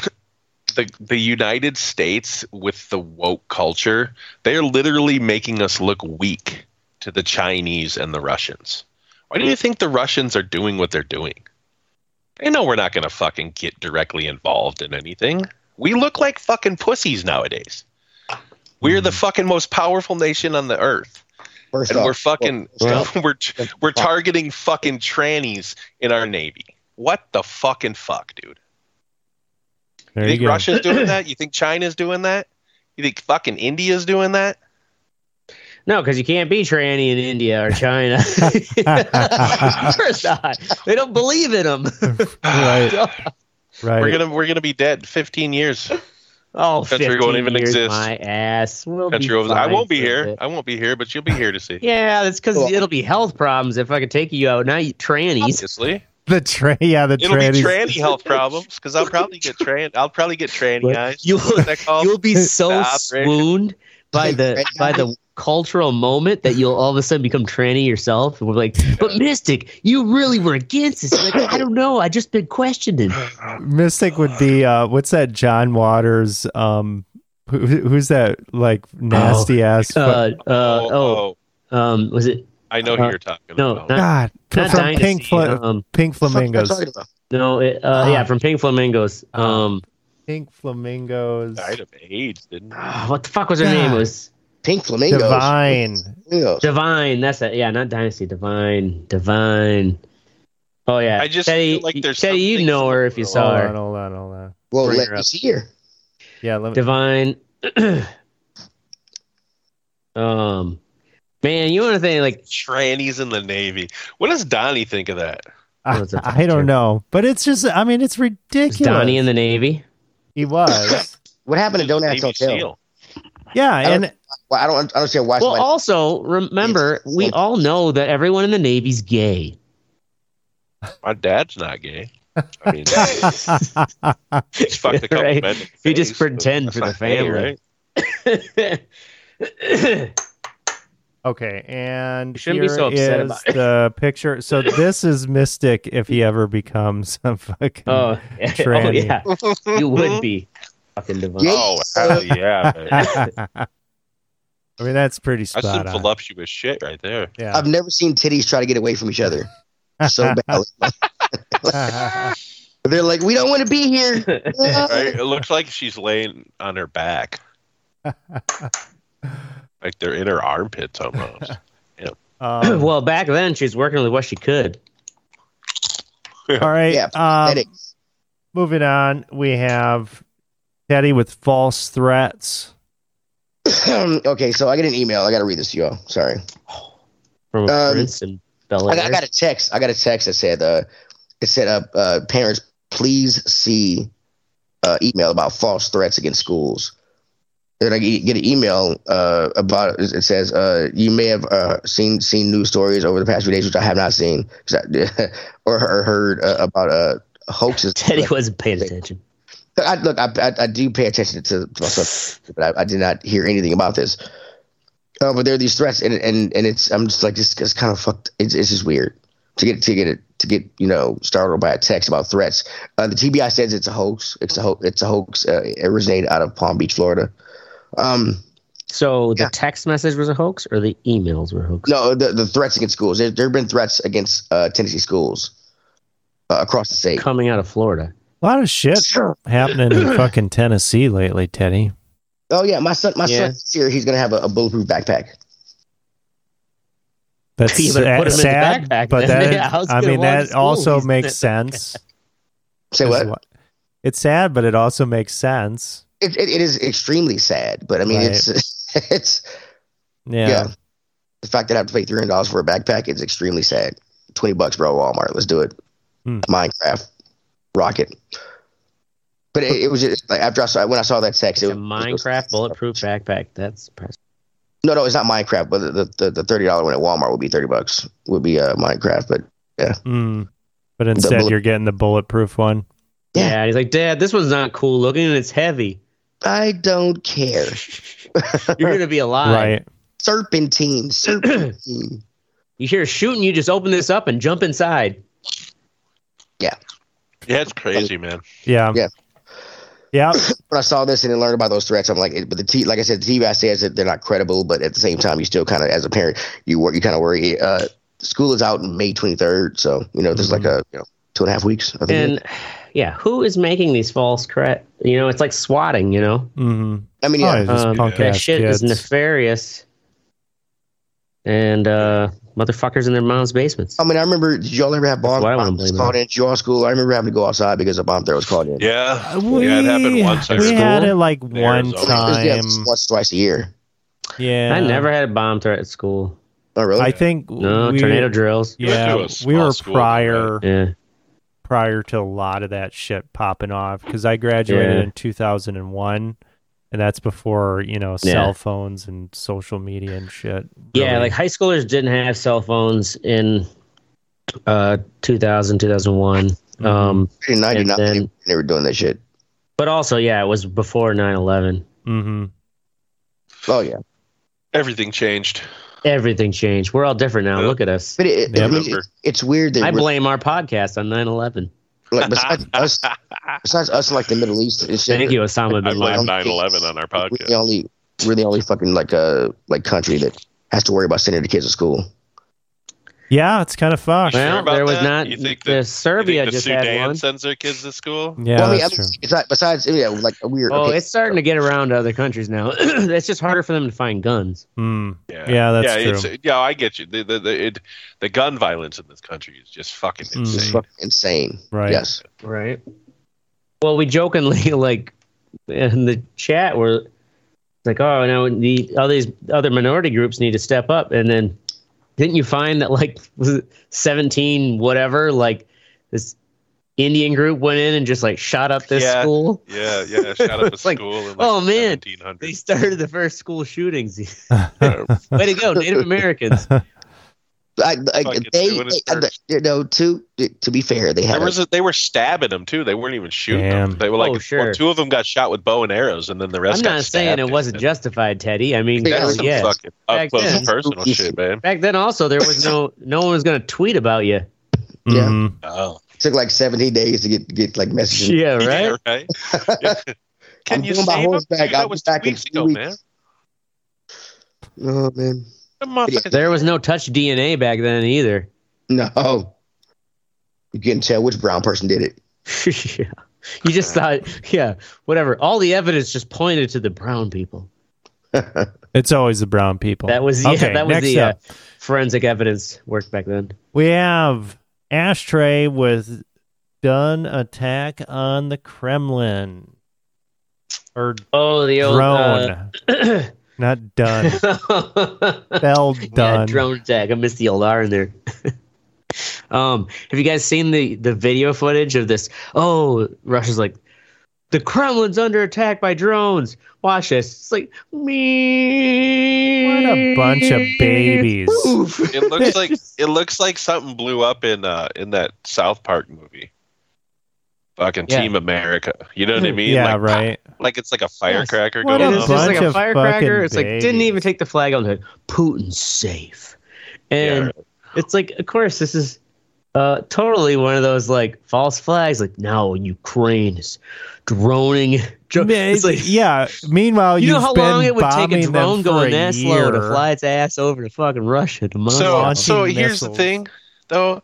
[SPEAKER 3] the the United States with the woke culture, they're literally making us look weak to the Chinese and the Russians. Why do you think the Russians are doing what they're doing? They know we're not going to fucking get directly involved in anything. We look like fucking pussies nowadays. We're
[SPEAKER 1] Mm-hmm.
[SPEAKER 3] the fucking most powerful nation on the earth,
[SPEAKER 4] First
[SPEAKER 3] and
[SPEAKER 4] off,
[SPEAKER 3] we're fucking
[SPEAKER 4] well,
[SPEAKER 3] we're we're targeting fucking trannies in our navy. What the fucking fuck, dude?
[SPEAKER 1] there you
[SPEAKER 3] You think
[SPEAKER 1] go.
[SPEAKER 3] Russia's doing that? You think China's doing that? You think fucking India's doing that?
[SPEAKER 2] No, because you can't be tranny in India or China. of course not. They don't believe in them.
[SPEAKER 1] right right
[SPEAKER 3] We're gonna we're gonna be dead. Fifteen years.
[SPEAKER 2] Oh,
[SPEAKER 3] Country
[SPEAKER 2] 15
[SPEAKER 3] won't even
[SPEAKER 2] years,
[SPEAKER 3] exist.
[SPEAKER 2] My ass. We'll be
[SPEAKER 3] Country over. I
[SPEAKER 2] fine
[SPEAKER 3] won't be
[SPEAKER 2] for a
[SPEAKER 3] here.
[SPEAKER 2] bit.
[SPEAKER 3] I won't be here, but you'll be here to see.
[SPEAKER 2] Yeah, that's because
[SPEAKER 4] Well-
[SPEAKER 2] it'll be health problems if I could take you out. Now you trannies.
[SPEAKER 3] Obviously,
[SPEAKER 1] The tra- yeah, the
[SPEAKER 3] it'll
[SPEAKER 1] trannies.
[SPEAKER 3] be tranny health problems because I'll probably get tran. I'll probably get tranny
[SPEAKER 2] What?
[SPEAKER 3] eyes.
[SPEAKER 2] You'll-
[SPEAKER 3] What's that called?
[SPEAKER 2] You'll be so
[SPEAKER 3] The operation.
[SPEAKER 2] swooned by the by the cultural moment that you'll all of a sudden become tranny yourself. And we're like, but Mystic, you really were against this. You're Like, I don't know. I just been questioning.
[SPEAKER 1] Mystic would be uh, what's that John Waters um who, who's that like nasty ass
[SPEAKER 2] Oh, Uh, uh,
[SPEAKER 3] oh,
[SPEAKER 2] oh, um, was it
[SPEAKER 3] I know who
[SPEAKER 2] Uh,
[SPEAKER 3] you're talking
[SPEAKER 2] no,
[SPEAKER 3] about.
[SPEAKER 2] not-
[SPEAKER 1] God
[SPEAKER 2] not
[SPEAKER 1] from
[SPEAKER 2] Dynasty,
[SPEAKER 1] Pink Fla-
[SPEAKER 2] um,
[SPEAKER 1] Pink Flamingos.
[SPEAKER 4] What the fuck am I talking about?
[SPEAKER 2] no, it, uh, yeah, from Pink Flamingos. Um,
[SPEAKER 1] Pink Flamingos.
[SPEAKER 3] Died of AIDS, didn't he?
[SPEAKER 2] what the fuck was her name? It was
[SPEAKER 4] Pink flamingos.
[SPEAKER 1] Divine.
[SPEAKER 4] Flamingos.
[SPEAKER 2] Divine. That's it. Yeah, not Dynasty. Divine. Divine. Oh yeah.
[SPEAKER 3] I just
[SPEAKER 2] Teddy,
[SPEAKER 3] feel like there's
[SPEAKER 2] Teddy, you'd
[SPEAKER 3] something
[SPEAKER 2] know her if you
[SPEAKER 1] Hold
[SPEAKER 4] Oh,
[SPEAKER 2] saw
[SPEAKER 1] on,
[SPEAKER 2] her.
[SPEAKER 1] hold on, hold on.
[SPEAKER 4] Well,
[SPEAKER 2] Bring
[SPEAKER 4] let
[SPEAKER 2] her
[SPEAKER 4] me
[SPEAKER 2] up.
[SPEAKER 4] see her.
[SPEAKER 1] Yeah, let me
[SPEAKER 2] Divine. um, man, you want to think like
[SPEAKER 3] Trannies in the Navy. What does Donnie think of that?
[SPEAKER 1] I,
[SPEAKER 2] What's that
[SPEAKER 1] I
[SPEAKER 2] picture?
[SPEAKER 1] don't know. But it's just I mean it's ridiculous.
[SPEAKER 2] is Donnie in the Navy?
[SPEAKER 1] he was.
[SPEAKER 4] What happened to Don't Ask,
[SPEAKER 3] Navy
[SPEAKER 4] Don't Tell?
[SPEAKER 3] SEAL.
[SPEAKER 1] yeah,
[SPEAKER 4] don't-
[SPEAKER 1] and
[SPEAKER 4] Well, I don't I don't understand why.
[SPEAKER 2] Well,
[SPEAKER 4] somebody-
[SPEAKER 2] also remember
[SPEAKER 4] It's-
[SPEAKER 2] we all know that everyone in the Navy's gay.
[SPEAKER 3] My dad's not gay. I mean, he's fucked a couple
[SPEAKER 2] Right.
[SPEAKER 3] men. in the
[SPEAKER 2] He just
[SPEAKER 3] face, so
[SPEAKER 2] pretend
[SPEAKER 3] that's
[SPEAKER 2] for the
[SPEAKER 3] not gay,
[SPEAKER 2] family.
[SPEAKER 3] right?
[SPEAKER 4] Hmm.
[SPEAKER 1] Okay, and
[SPEAKER 2] You shouldn't be
[SPEAKER 1] here
[SPEAKER 2] so upset
[SPEAKER 1] is
[SPEAKER 2] about
[SPEAKER 1] the picture. So this is Mystic if he ever becomes a fucking.
[SPEAKER 2] oh, oh
[SPEAKER 1] Tranny.
[SPEAKER 2] yeah, you
[SPEAKER 3] Mm-hmm.
[SPEAKER 2] would be fucking divine.
[SPEAKER 4] Yeah.
[SPEAKER 3] Oh hell yeah! man.
[SPEAKER 1] I mean that's pretty
[SPEAKER 3] That's some
[SPEAKER 1] spot on.
[SPEAKER 3] voluptuous shit right there.
[SPEAKER 1] Yeah.
[SPEAKER 4] I've never seen titties try to get away from each other so badly. They're like, we don't want to be here.
[SPEAKER 3] Right? It looks like she's laying on her back, like they're in her armpits almost.
[SPEAKER 1] Um,
[SPEAKER 2] well, back then she was working with what she could.
[SPEAKER 1] all right.
[SPEAKER 4] Yeah,
[SPEAKER 1] um,
[SPEAKER 4] Pathetic.
[SPEAKER 1] moving on, we have Teddy with false threats.
[SPEAKER 4] okay, so I get an email. I got to read this to y'all. Sorry.
[SPEAKER 2] From
[SPEAKER 4] Um,
[SPEAKER 2] Prince and Bel
[SPEAKER 4] I, got- I
[SPEAKER 2] Air.
[SPEAKER 4] got a text. I got a text that said, uh, it said, uh, uh, parents, please see uh, email about false threats against schools. Then I get get an email uh, about it says uh, you may have uh, seen seen news stories over the past few days which I have not seen 'cause I- or, or heard uh, about uh, hoaxes.
[SPEAKER 2] Teddy wasn't paying attention.
[SPEAKER 4] Look, I, look, I, I, I do pay attention to, to myself, but I, I did not hear anything about this. Uh, but there are these threats, and and and it's I'm just like it's, it's kind of fucked. It's it's just weird to get to get it to get you know startled by a text about threats. Uh, the TBI says it's a hoax. It's a hoax. It's a hoax. Uh, it originated out of Palm Beach, Florida. Um,
[SPEAKER 2] So the
[SPEAKER 4] Yeah.
[SPEAKER 2] text message was a hoax, or the emails were hoax.
[SPEAKER 4] no, the the threats against schools. There, there have been threats against uh, Tennessee schools uh, across the state.
[SPEAKER 2] Coming out of Florida.
[SPEAKER 1] A lot of shit happening in fucking Tennessee lately, Teddy.
[SPEAKER 4] Oh yeah, my son, my
[SPEAKER 2] Yeah.
[SPEAKER 4] son's here. He's gonna have a, a bulletproof backpack.
[SPEAKER 1] That's
[SPEAKER 2] You better put 'em in the
[SPEAKER 1] sad,
[SPEAKER 2] backpack
[SPEAKER 1] but
[SPEAKER 2] then.
[SPEAKER 1] that
[SPEAKER 2] Yeah, I was
[SPEAKER 1] I
[SPEAKER 2] gonna
[SPEAKER 1] mean
[SPEAKER 2] walk to
[SPEAKER 1] that
[SPEAKER 2] school.
[SPEAKER 1] also
[SPEAKER 2] He's-
[SPEAKER 1] makes sense.
[SPEAKER 4] Say
[SPEAKER 1] Is
[SPEAKER 4] what?
[SPEAKER 1] what- It's sad, but it also makes sense.
[SPEAKER 4] it, it, it is extremely sad, but I mean,
[SPEAKER 1] Right.
[SPEAKER 4] it's it's
[SPEAKER 1] Yeah.
[SPEAKER 4] yeah. The fact that I have to pay three hundred dollars for a backpack is extremely sad. Twenty bucks, bro. Walmart. Let's do it.
[SPEAKER 1] Hmm.
[SPEAKER 4] Minecraft, rocket. But it, it was just like after I saw when I saw that text,
[SPEAKER 2] It's a
[SPEAKER 4] it was-
[SPEAKER 2] Minecraft bulletproof backpack. That's impressive.
[SPEAKER 4] No, no, it's not Minecraft. But the the, the thirty dollar one at Walmart would be thirty bucks. Would be uh, Minecraft, but
[SPEAKER 1] Mm. But instead,
[SPEAKER 4] bullet-
[SPEAKER 1] you're getting the bulletproof one.
[SPEAKER 4] Yeah.
[SPEAKER 2] Yeah. he's like, Dad, this one's not cool looking, and it's heavy.
[SPEAKER 4] I don't care.
[SPEAKER 2] You're gonna be alive.
[SPEAKER 1] Right.
[SPEAKER 4] Serpentine, serpentine.
[SPEAKER 2] You hear shooting, you just open this up and jump inside.
[SPEAKER 3] Yeah, it's crazy, man.
[SPEAKER 1] Yeah.
[SPEAKER 4] Yeah.
[SPEAKER 1] Yeah.
[SPEAKER 4] when I saw this and then learned about those threats, I'm like, it- but the T, like I said, the TBI says that they're not credible, but at the same time, you still kind of, as a parent, you wor- you kind of worry. Uh, school is out on May 23rd, so you know, there's like
[SPEAKER 2] Mm-hmm.
[SPEAKER 4] a you know two and a half weeks. I think.
[SPEAKER 2] And yeah, who is making these false cre You know, it's like swatting. You know,
[SPEAKER 1] hmm
[SPEAKER 4] I mean, yeah,
[SPEAKER 1] Oh, These
[SPEAKER 2] um,
[SPEAKER 1] punk
[SPEAKER 2] that
[SPEAKER 1] ass
[SPEAKER 2] shit is
[SPEAKER 1] kids.
[SPEAKER 2] nefarious. And uh, motherfuckers in their mom's basements.
[SPEAKER 4] I
[SPEAKER 3] Oh,
[SPEAKER 4] mean, I remember. Did y'all ever have bomb
[SPEAKER 2] why I wanna
[SPEAKER 4] bombs
[SPEAKER 2] blame
[SPEAKER 4] called
[SPEAKER 2] her.
[SPEAKER 4] in? Did you all school? I remember having to go outside because a bomb threat was called in.
[SPEAKER 3] Yeah,
[SPEAKER 1] Uh, We,
[SPEAKER 3] yeah, it happened once. I
[SPEAKER 1] we
[SPEAKER 3] remember.
[SPEAKER 1] had it like
[SPEAKER 3] There's
[SPEAKER 1] one
[SPEAKER 3] always-
[SPEAKER 4] It was-
[SPEAKER 1] time.
[SPEAKER 4] yeah, it was once twice a year.
[SPEAKER 1] Yeah.
[SPEAKER 2] I never had a bomb threat at school.
[SPEAKER 4] Oh, really?
[SPEAKER 1] I think
[SPEAKER 2] No
[SPEAKER 1] we,
[SPEAKER 2] tornado drills.
[SPEAKER 3] You went to
[SPEAKER 1] Yeah,
[SPEAKER 3] a small
[SPEAKER 1] we were
[SPEAKER 3] school,
[SPEAKER 1] prior
[SPEAKER 2] Yeah,
[SPEAKER 1] prior to a lot of that shit popping off because I graduated
[SPEAKER 2] Yeah.
[SPEAKER 1] in 2001, and that's before you know
[SPEAKER 2] Yeah.
[SPEAKER 1] cell phones and social media and shit.
[SPEAKER 2] yeah.
[SPEAKER 1] really-
[SPEAKER 2] Like high schoolers didn't have cell phones in uh, 2000, 2001.
[SPEAKER 3] Mm-hmm.
[SPEAKER 2] Um,
[SPEAKER 4] in '99,
[SPEAKER 2] and then-
[SPEAKER 4] they were doing that shit.
[SPEAKER 1] Mm-hmm.
[SPEAKER 2] but also, yeah, it was before 9 11.
[SPEAKER 1] Mhm.
[SPEAKER 4] Oh yeah,
[SPEAKER 3] Everything changed.
[SPEAKER 2] Everything changed. We're all different now.
[SPEAKER 3] Yeah.
[SPEAKER 2] Look at us.
[SPEAKER 4] But it,
[SPEAKER 1] Yeah,
[SPEAKER 4] I mean,
[SPEAKER 3] remember.
[SPEAKER 4] it- it's weird that
[SPEAKER 2] I
[SPEAKER 4] we're-
[SPEAKER 2] blame our podcast on 9 11.
[SPEAKER 4] like, besides us, besides us, like the Middle East. and shit,
[SPEAKER 2] Thank you, Osama
[SPEAKER 3] I
[SPEAKER 2] bin
[SPEAKER 4] like-
[SPEAKER 3] blame
[SPEAKER 2] Laden.
[SPEAKER 3] 9/11 on our
[SPEAKER 4] We're the
[SPEAKER 3] podcast.
[SPEAKER 4] only we're the only fucking like uh like country that has to worry about sending their kids to school.
[SPEAKER 1] Yeah, it's kind of fucked.
[SPEAKER 3] sure
[SPEAKER 2] Well,
[SPEAKER 3] about
[SPEAKER 2] there was
[SPEAKER 3] that?
[SPEAKER 2] not.
[SPEAKER 3] You think that-
[SPEAKER 2] the Serbia
[SPEAKER 3] you think
[SPEAKER 2] just
[SPEAKER 3] the
[SPEAKER 2] had
[SPEAKER 3] Sudan
[SPEAKER 2] one.
[SPEAKER 3] sends their kids to school.
[SPEAKER 1] Yeah,
[SPEAKER 4] well, I mean,
[SPEAKER 1] that's
[SPEAKER 4] I
[SPEAKER 1] true.
[SPEAKER 4] mean, besides, besides yeah, like a weird.
[SPEAKER 2] Oh,
[SPEAKER 4] okay,
[SPEAKER 2] it's starting to get around to other countries now. it's just harder for them to find guns.
[SPEAKER 1] Hmm. Yeah, that's true.
[SPEAKER 3] It's, yeah, I get you. The the the, it, the gun violence in this country is just fucking
[SPEAKER 1] Mm.
[SPEAKER 4] it's
[SPEAKER 3] insane.
[SPEAKER 4] fucking insane.
[SPEAKER 1] Right.
[SPEAKER 4] Yes.
[SPEAKER 2] Right. Well, we jokingly like in the chat were like, "Oh, now the all these other minority groups need to step up." And then didn't you find that like was it seventeen whatever like this Indian group went in and just like shot up this
[SPEAKER 3] Yeah.
[SPEAKER 2] school?
[SPEAKER 3] Yeah, yeah. Shot up a
[SPEAKER 2] Like,
[SPEAKER 3] school. In like
[SPEAKER 2] oh, man. They
[SPEAKER 3] 1700s.
[SPEAKER 2] started the first school shootings.
[SPEAKER 1] Mm-hmm.
[SPEAKER 2] Way to go, Native Americans!
[SPEAKER 4] I, I,
[SPEAKER 3] Fucking
[SPEAKER 4] they,
[SPEAKER 3] doing his
[SPEAKER 4] they- I-
[SPEAKER 3] first.
[SPEAKER 4] you know, to to be fair, they had
[SPEAKER 3] There
[SPEAKER 4] a-
[SPEAKER 3] was a, they were stabbing them too. They weren't even shooting
[SPEAKER 1] Damn.
[SPEAKER 3] them. They were like,
[SPEAKER 2] Oh, sure.
[SPEAKER 3] well, two of them got shot with bow and arrows, and then the rest.
[SPEAKER 2] I'm
[SPEAKER 3] got
[SPEAKER 2] not saying
[SPEAKER 3] stabbed
[SPEAKER 2] it
[SPEAKER 3] and
[SPEAKER 2] wasn't
[SPEAKER 3] shit.
[SPEAKER 2] justified, Teddy. I mean,
[SPEAKER 4] Yeah,
[SPEAKER 2] hell
[SPEAKER 3] That's
[SPEAKER 4] was
[SPEAKER 3] some
[SPEAKER 2] yes.
[SPEAKER 3] fucking
[SPEAKER 2] Back
[SPEAKER 3] up close
[SPEAKER 2] then.
[SPEAKER 3] and personal shit, man.
[SPEAKER 2] Back then, also there was no no one was going to tweet about you.
[SPEAKER 4] Yeah.
[SPEAKER 1] Mhm.
[SPEAKER 3] Oh,
[SPEAKER 4] it took like seventeen days to get get like messages.
[SPEAKER 2] Yeah,
[SPEAKER 3] yeah,
[SPEAKER 2] right.
[SPEAKER 3] right. Can
[SPEAKER 4] I'm
[SPEAKER 3] you
[SPEAKER 4] doing my
[SPEAKER 3] save 'em?
[SPEAKER 4] horseback.
[SPEAKER 3] Dude,
[SPEAKER 4] I'll be
[SPEAKER 3] That was two
[SPEAKER 4] back in
[SPEAKER 3] weeks
[SPEAKER 4] two
[SPEAKER 3] ago,
[SPEAKER 4] weeks.
[SPEAKER 3] man.
[SPEAKER 4] Oh man,
[SPEAKER 3] Them motherfuckers-
[SPEAKER 2] There was no touch DNA back then either.
[SPEAKER 4] no, you couldn't tell which brown person did it.
[SPEAKER 2] yeah. You just thought, yeah, whatever. All the evidence just pointed to the brown people.
[SPEAKER 1] It's always the brown people.
[SPEAKER 2] That was yeah,
[SPEAKER 1] Okay,
[SPEAKER 2] that was
[SPEAKER 1] next
[SPEAKER 2] the uh,
[SPEAKER 1] up.
[SPEAKER 2] forensic evidence work back then.
[SPEAKER 1] We have Ashtray with done attack on the Kremlin. Or
[SPEAKER 2] Oh, the old uh,
[SPEAKER 1] drone. Not done. Bell done.
[SPEAKER 2] yeah, drone attack. I missed the old R in there. um, have you guys seen the the video footage of this? Oh, Russia's like, the Kremlin's under attack by drones. Watch this. It's like me.
[SPEAKER 1] What a bunch of babies.
[SPEAKER 3] It looks like it looks like something blew up in uh in that South Park movie. Fucking
[SPEAKER 2] Yeah.
[SPEAKER 3] Team America. You know what I mean?
[SPEAKER 1] Hmm. yeah,
[SPEAKER 3] like,
[SPEAKER 1] right.
[SPEAKER 3] Like it's like a firecracker
[SPEAKER 1] What
[SPEAKER 2] It
[SPEAKER 3] going
[SPEAKER 2] is
[SPEAKER 1] a
[SPEAKER 2] just
[SPEAKER 3] off.
[SPEAKER 1] bunch
[SPEAKER 2] like a
[SPEAKER 1] of
[SPEAKER 2] firecracker.
[SPEAKER 1] fucking
[SPEAKER 2] It's like didn't even
[SPEAKER 1] babies.
[SPEAKER 2] take the flag on the hood. Putin's safe, and
[SPEAKER 3] Yeah.
[SPEAKER 2] it's like, of course, this is uh, totally one of those like false flags. Like, no, Ukraine is droning. Dro- it's like,
[SPEAKER 1] yeah. Meanwhile,
[SPEAKER 2] you know
[SPEAKER 1] you've
[SPEAKER 2] how
[SPEAKER 1] been
[SPEAKER 2] long it would take
[SPEAKER 1] bombing
[SPEAKER 2] a
[SPEAKER 1] them
[SPEAKER 2] drone
[SPEAKER 1] for
[SPEAKER 2] going
[SPEAKER 1] a
[SPEAKER 2] that slow to
[SPEAKER 1] year.
[SPEAKER 2] fly its ass over to fucking Russia to
[SPEAKER 3] So
[SPEAKER 1] Launching
[SPEAKER 2] Moscow?
[SPEAKER 3] so here's the
[SPEAKER 1] missiles.
[SPEAKER 3] thing though.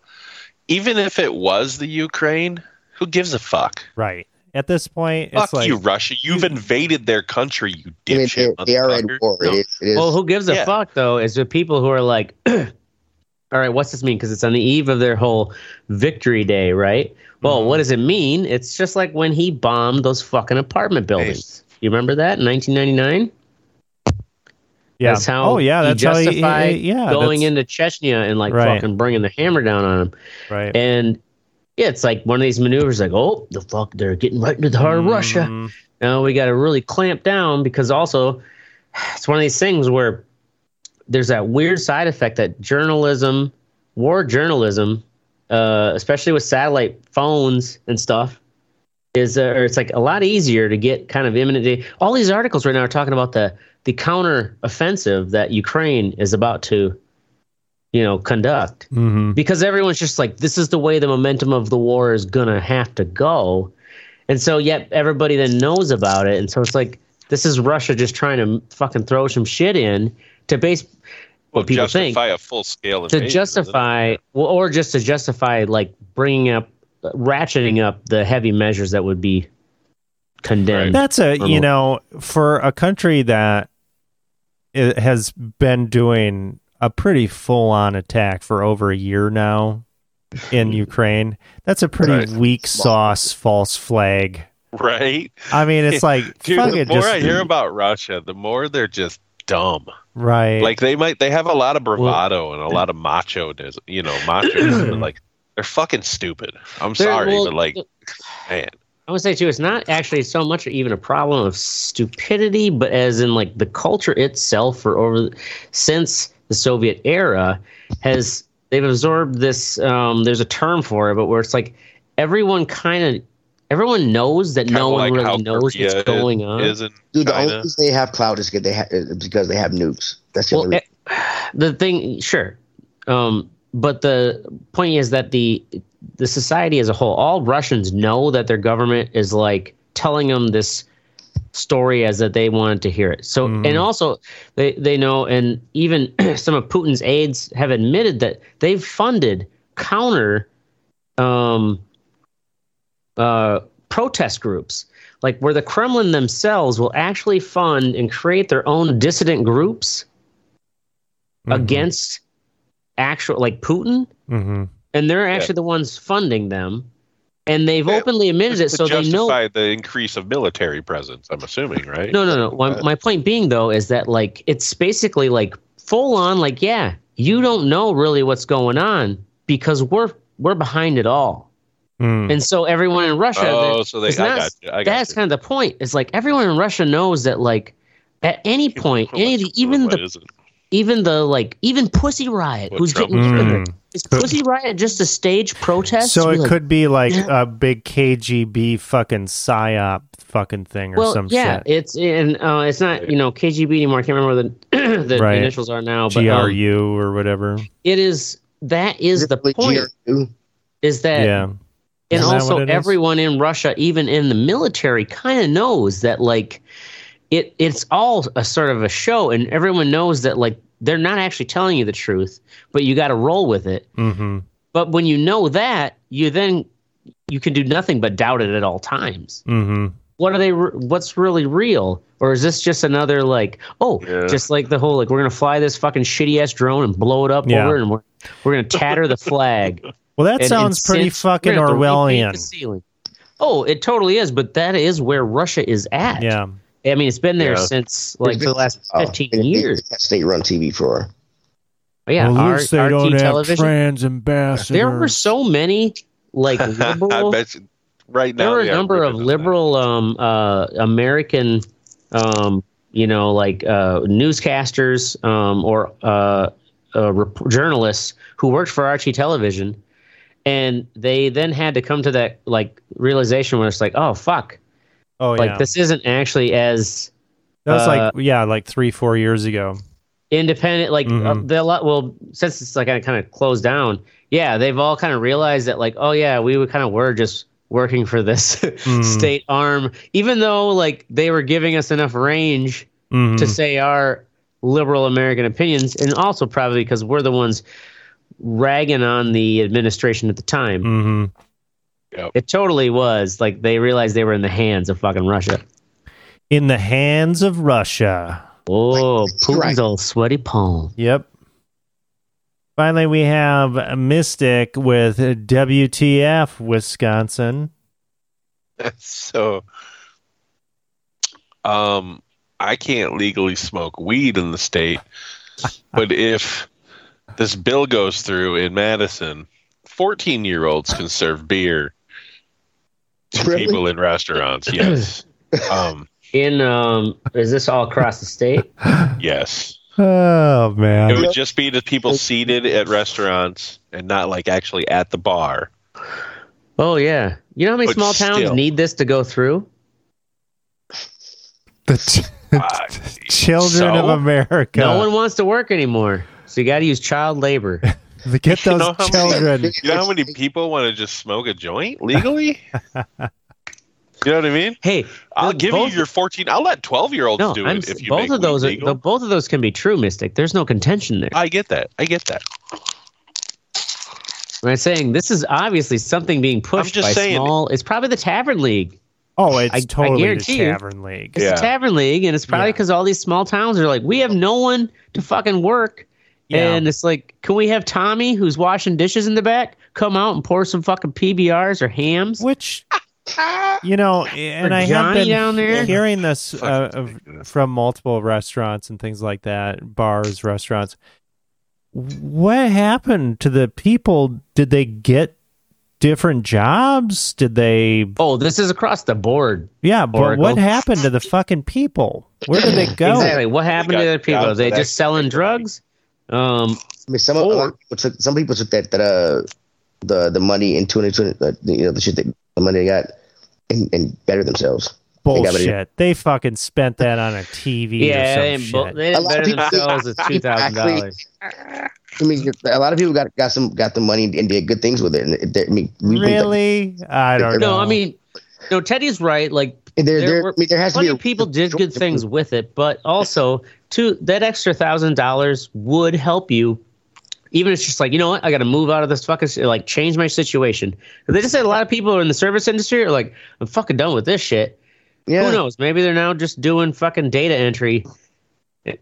[SPEAKER 3] Even if it was the Ukraine, who gives a fuck?
[SPEAKER 1] Right. At this point,
[SPEAKER 3] Fuck
[SPEAKER 1] it's like
[SPEAKER 3] you, Russia. You've invaded their country, you
[SPEAKER 4] I mean,
[SPEAKER 3] dipshit.
[SPEAKER 4] they, they are at
[SPEAKER 3] motherfucker.
[SPEAKER 4] war.
[SPEAKER 3] No.
[SPEAKER 4] It is. It is.
[SPEAKER 2] Well, who gives a
[SPEAKER 3] Yeah.
[SPEAKER 2] fuck though? Is the people who are like, all right, what's this mean? Because it's on the eve of their whole victory day, right? Well,
[SPEAKER 1] Mhm.
[SPEAKER 2] what does it mean? It's just like when he bombed those fucking apartment buildings. You remember that in 1999?
[SPEAKER 1] yeah.
[SPEAKER 2] That's how
[SPEAKER 1] oh yeah,
[SPEAKER 2] he
[SPEAKER 1] that's how he,
[SPEAKER 2] justified
[SPEAKER 1] yeah,
[SPEAKER 2] Going
[SPEAKER 1] that's-
[SPEAKER 2] into Chechnya and like
[SPEAKER 1] Right.
[SPEAKER 2] fucking bringing the hammer down on him.
[SPEAKER 1] right.
[SPEAKER 2] And yeah, it's like one of these maneuvers like, oh, the fuck, they're getting right into the heart of Russia.
[SPEAKER 1] Mm,
[SPEAKER 2] Now we got to really clamp down because also it's one of these things where there's that weird side effect that journalism, war journalism, uh, especially with satellite phones and stuff, is uh, or it's like a lot easier to get kind of imminent. da- All these articles right now are talking about the the counter offensive that Ukraine is about to, you know, conduct
[SPEAKER 1] mhm.
[SPEAKER 2] because everyone's just like this is the way the momentum of the war is gonna have to go and so yet everybody then knows about it and so it's like this is russia just trying to fucking throw some shit in to base
[SPEAKER 3] Well,
[SPEAKER 2] what people think
[SPEAKER 3] justify a full scale
[SPEAKER 2] to justify well, or just to justify like bringing up ratcheting up the heavy measures that would be condemned
[SPEAKER 1] That's a
[SPEAKER 2] Or
[SPEAKER 1] you
[SPEAKER 2] what?
[SPEAKER 1] know for a country that it has been doing a pretty full on attack for over a year now in Ukraine. That's a pretty
[SPEAKER 3] Right.
[SPEAKER 1] weak sauce false flag.
[SPEAKER 3] Right?
[SPEAKER 1] I mean, it's like
[SPEAKER 3] Dude,
[SPEAKER 1] fuck
[SPEAKER 3] the
[SPEAKER 1] it,
[SPEAKER 3] more
[SPEAKER 1] just
[SPEAKER 3] I hear about Russia, the more they're just dumb.
[SPEAKER 1] right.
[SPEAKER 3] Like they might they have a lot of bravado and a lot of macho you know, macho but like they're fucking stupid. I'm
[SPEAKER 2] They're-
[SPEAKER 3] sorry,
[SPEAKER 2] well,
[SPEAKER 3] but like man.
[SPEAKER 2] I would say too, it's not actually so much even a problem of stupidity, but as in like the culture itself for over since the Soviet era has they've absorbed this. Um, there's a term for it, but where it's like everyone kind of Everyone knows that no one
[SPEAKER 3] like how
[SPEAKER 2] really knows what's
[SPEAKER 3] Korea
[SPEAKER 2] going on.
[SPEAKER 3] Is in
[SPEAKER 4] Dude, the only
[SPEAKER 3] China.
[SPEAKER 4] reason they have clout is because they, ha- is because they have nukes. That's the
[SPEAKER 2] well,
[SPEAKER 4] only reason.
[SPEAKER 2] eh, the thing, sure, um, but the point is that the the society as a whole, all Russians know that their government is like telling them this story as that they wanted to hear it. So,
[SPEAKER 4] Mm-hmm.
[SPEAKER 1] Mhm.
[SPEAKER 2] and also they they know, and even some of Putin's aides have admitted that they've funded counter um, uh, protest groups, like where the Kremlin themselves will actually fund and create their own dissident groups
[SPEAKER 1] Mm-hmm.
[SPEAKER 3] Mm-hmm.
[SPEAKER 2] against actual like Putin,
[SPEAKER 1] hmm
[SPEAKER 2] and they're actually the ones funding them, and they've
[SPEAKER 3] Yeah,
[SPEAKER 2] openly admitted it,
[SPEAKER 3] Just
[SPEAKER 2] so
[SPEAKER 3] to
[SPEAKER 2] they know.
[SPEAKER 3] justify the increase of military presence. I'm assuming, right?
[SPEAKER 2] No, no, no. My, my point being though is that like it's basically like full on like yeah, you don't know really what's going on because we're we're behind it all. And so everyone in Russia,
[SPEAKER 3] Hmm. Oh, so they. I
[SPEAKER 2] it's not-
[SPEAKER 3] got you. I got
[SPEAKER 2] that's
[SPEAKER 3] you.
[SPEAKER 2] kind of the point. It's like everyone in Russia knows that like at any point,
[SPEAKER 3] Well,
[SPEAKER 2] any of the,
[SPEAKER 3] that's
[SPEAKER 2] even
[SPEAKER 3] what
[SPEAKER 2] the
[SPEAKER 3] is it?
[SPEAKER 2] even the like even Pussy Riot,
[SPEAKER 3] What
[SPEAKER 2] who's
[SPEAKER 1] Mm-hmm.
[SPEAKER 3] Trump Hmm.
[SPEAKER 2] getting even
[SPEAKER 3] was trying
[SPEAKER 2] is Pussy Riot just a stage protest?
[SPEAKER 1] So
[SPEAKER 2] We're
[SPEAKER 1] it
[SPEAKER 2] like,
[SPEAKER 1] could be like a big KGB fucking psyop fucking thing or
[SPEAKER 2] well,
[SPEAKER 1] some
[SPEAKER 2] yeah,
[SPEAKER 1] shit.
[SPEAKER 2] it's in uh, it's not you know KGB anymore. I can't remember what the the
[SPEAKER 1] Right.
[SPEAKER 2] initials are now, but um,
[SPEAKER 1] GRU or whatever.
[SPEAKER 2] it is that is the
[SPEAKER 4] Really,
[SPEAKER 2] point
[SPEAKER 4] GRU?
[SPEAKER 2] is that
[SPEAKER 1] yeah.
[SPEAKER 2] and
[SPEAKER 1] Isn't that
[SPEAKER 2] also
[SPEAKER 1] what it is?
[SPEAKER 2] everyone in Russia, even in the military, kind of knows that like it it's all a sort of a show, and everyone knows that like they're not actually telling you the truth, but you got to roll with it.
[SPEAKER 1] Mm-hmm.
[SPEAKER 2] But when you know that, you then you can do nothing but doubt it at all times.
[SPEAKER 1] Mm-hmm.
[SPEAKER 2] What are they? re- What's really real, or is this just another like oh,
[SPEAKER 3] Yeah.
[SPEAKER 2] just like the whole like we're gonna fly this fucking shitty ass drone and blow it up
[SPEAKER 1] Yeah.
[SPEAKER 2] over, and we're we're gonna tatter the flag.
[SPEAKER 1] Well, that
[SPEAKER 2] and-
[SPEAKER 1] sounds
[SPEAKER 2] and
[SPEAKER 1] pretty
[SPEAKER 2] since we're
[SPEAKER 1] fucking
[SPEAKER 2] gonna have to repaint
[SPEAKER 1] Orwellian.
[SPEAKER 2] the ceiling. Oh, it totally is, but that is where Russia is at.
[SPEAKER 1] Yeah.
[SPEAKER 2] I mean, it's been there
[SPEAKER 3] Yeah.
[SPEAKER 2] since like for the last
[SPEAKER 4] Oh,
[SPEAKER 2] fifteen
[SPEAKER 4] and they-
[SPEAKER 2] years.
[SPEAKER 4] that's State-run TV for
[SPEAKER 2] Yeah, R- RT television.
[SPEAKER 1] trans ambassadors.
[SPEAKER 2] there were so many like
[SPEAKER 3] I
[SPEAKER 2] liberal.
[SPEAKER 3] bet you, right now
[SPEAKER 2] there were a
[SPEAKER 3] yeah,
[SPEAKER 2] number of
[SPEAKER 3] rooted in that.
[SPEAKER 2] liberal um, uh, American, um, you know, like uh, newscasters um, or uh, uh, rep- journalists who worked for Archie Television, and they then had to come to that like realization where it's like, oh fuck,
[SPEAKER 1] oh, yeah.
[SPEAKER 2] like this isn't actually as
[SPEAKER 1] that was
[SPEAKER 2] uh,
[SPEAKER 1] like, yeah, like three, four years ago.
[SPEAKER 2] independent. Like
[SPEAKER 1] Mhm.
[SPEAKER 2] uh, the lot. Well, since it's like kind of closed down, yeah, they've all kind of realized that like, oh yeah, we were kind of were just working for this
[SPEAKER 1] Mm.
[SPEAKER 2] state arm, even though like they were giving us enough range
[SPEAKER 1] Mhm.
[SPEAKER 2] to say our liberal American opinions, and also probably because we're the ones ragging on the administration at the time.
[SPEAKER 1] Mhm.
[SPEAKER 2] It totally was like they realized they were in the hands of fucking Russia.
[SPEAKER 1] In the hands of Russia.
[SPEAKER 2] Oh, Putin's
[SPEAKER 4] Right.
[SPEAKER 2] old sweaty palm.
[SPEAKER 1] Yep. Finally, we have Mystic with WTF Wisconsin.
[SPEAKER 3] so um i can't legally smoke weed in the state but if this bill goes through in madison 14 year olds can serve beer to
[SPEAKER 4] Really?
[SPEAKER 3] people in restaurants yes um
[SPEAKER 2] In um, is this all across the state?
[SPEAKER 3] yes
[SPEAKER 1] Oh
[SPEAKER 3] it
[SPEAKER 1] man.
[SPEAKER 3] would just be to people seated at restaurants and not like actually at the bar
[SPEAKER 2] Oh yeah. You know how many
[SPEAKER 3] But
[SPEAKER 2] small towns
[SPEAKER 3] still.
[SPEAKER 2] need this to go through?
[SPEAKER 1] The ch-
[SPEAKER 3] Uh,
[SPEAKER 1] children
[SPEAKER 3] so?
[SPEAKER 1] of America.
[SPEAKER 2] No one wants to work anymore, so you got to use child labor.
[SPEAKER 1] Get
[SPEAKER 3] You
[SPEAKER 1] those
[SPEAKER 3] know how many-
[SPEAKER 1] children.
[SPEAKER 4] her.
[SPEAKER 3] you know how many people want to just smoke a joint legally you know what i mean
[SPEAKER 2] hey,
[SPEAKER 3] I'll
[SPEAKER 2] the-
[SPEAKER 3] give
[SPEAKER 2] both-
[SPEAKER 3] you your 14. I'll let 12 year olds
[SPEAKER 2] No,
[SPEAKER 3] do
[SPEAKER 2] I'm,
[SPEAKER 3] it
[SPEAKER 2] s-
[SPEAKER 3] if you
[SPEAKER 2] both
[SPEAKER 3] make
[SPEAKER 2] of those
[SPEAKER 3] weed
[SPEAKER 2] are
[SPEAKER 3] legal.
[SPEAKER 2] the, both of those can be true, Mystic. There's no contention there.
[SPEAKER 3] I get that. I get that.
[SPEAKER 2] I'm saying this is obviously something being pushed
[SPEAKER 3] just
[SPEAKER 2] by
[SPEAKER 3] saying-
[SPEAKER 2] small. It's probably the Tavern League.
[SPEAKER 1] Oh, it's
[SPEAKER 2] I- I
[SPEAKER 1] totally the
[SPEAKER 2] guarantee you.
[SPEAKER 1] Tavern League.
[SPEAKER 2] It's
[SPEAKER 3] Yeah.
[SPEAKER 2] the Tavern League, and it's probably
[SPEAKER 1] Yeah.
[SPEAKER 2] because all these small towns are like, we have no one to fucking work.
[SPEAKER 1] Yeah.
[SPEAKER 2] And it's like, can we have Tommy, who's washing dishes in the back, come out and pour some fucking PBRs or hams?
[SPEAKER 1] Which
[SPEAKER 3] Ah.
[SPEAKER 1] you know, and I have
[SPEAKER 2] Johnny
[SPEAKER 1] been
[SPEAKER 2] down there?
[SPEAKER 1] hearing this uh,
[SPEAKER 3] Fucking
[SPEAKER 1] of-
[SPEAKER 3] ridiculous.
[SPEAKER 1] from multiple restaurants and things like that, bars, restaurants. What happened to the people? Did they get different jobs? Did they?
[SPEAKER 2] Oh, this is across the board.
[SPEAKER 1] Yeah, but
[SPEAKER 2] Oracle.
[SPEAKER 1] what happened to the fucking people? Where did they go?
[SPEAKER 2] Exactly. What happened
[SPEAKER 3] got
[SPEAKER 2] to the people? Are
[SPEAKER 3] jobs
[SPEAKER 2] they
[SPEAKER 3] that
[SPEAKER 2] just selling drugs? Um,
[SPEAKER 4] I mean, some a lot of people took some people took that that uh the the money in 2020 uh, the, you know the shit that the money they got and, and better themselves. They got better-
[SPEAKER 1] Bullshit. They fucking spent that on a TV
[SPEAKER 2] Yeah, they
[SPEAKER 1] or
[SPEAKER 2] didn't,
[SPEAKER 1] some
[SPEAKER 2] bo-
[SPEAKER 1] shit.
[SPEAKER 2] they
[SPEAKER 4] A
[SPEAKER 2] did
[SPEAKER 4] lot of
[SPEAKER 2] better
[SPEAKER 4] people-
[SPEAKER 2] themselves at two thousand dollars.
[SPEAKER 4] I mean, a lot of people got got some got the money and did good things with it. And it- they- I mean, we think that-
[SPEAKER 1] really? I don't know.
[SPEAKER 2] No, I mean, no. Teddy's right. Like
[SPEAKER 4] and there,
[SPEAKER 2] There
[SPEAKER 4] there,
[SPEAKER 2] were
[SPEAKER 4] I mean, there has to
[SPEAKER 2] plenty
[SPEAKER 4] be
[SPEAKER 2] of people did good things with it, but also to that extra thousand dollars would help you. Even if it's just like you know what, I got to move out of this fucking shit, like change my situation. 'Cause They just said a lot of people in the service industry are like, I'm fucking done with this shit.
[SPEAKER 4] Yeah,
[SPEAKER 2] Who knows? Maybe they're now just doing fucking data entry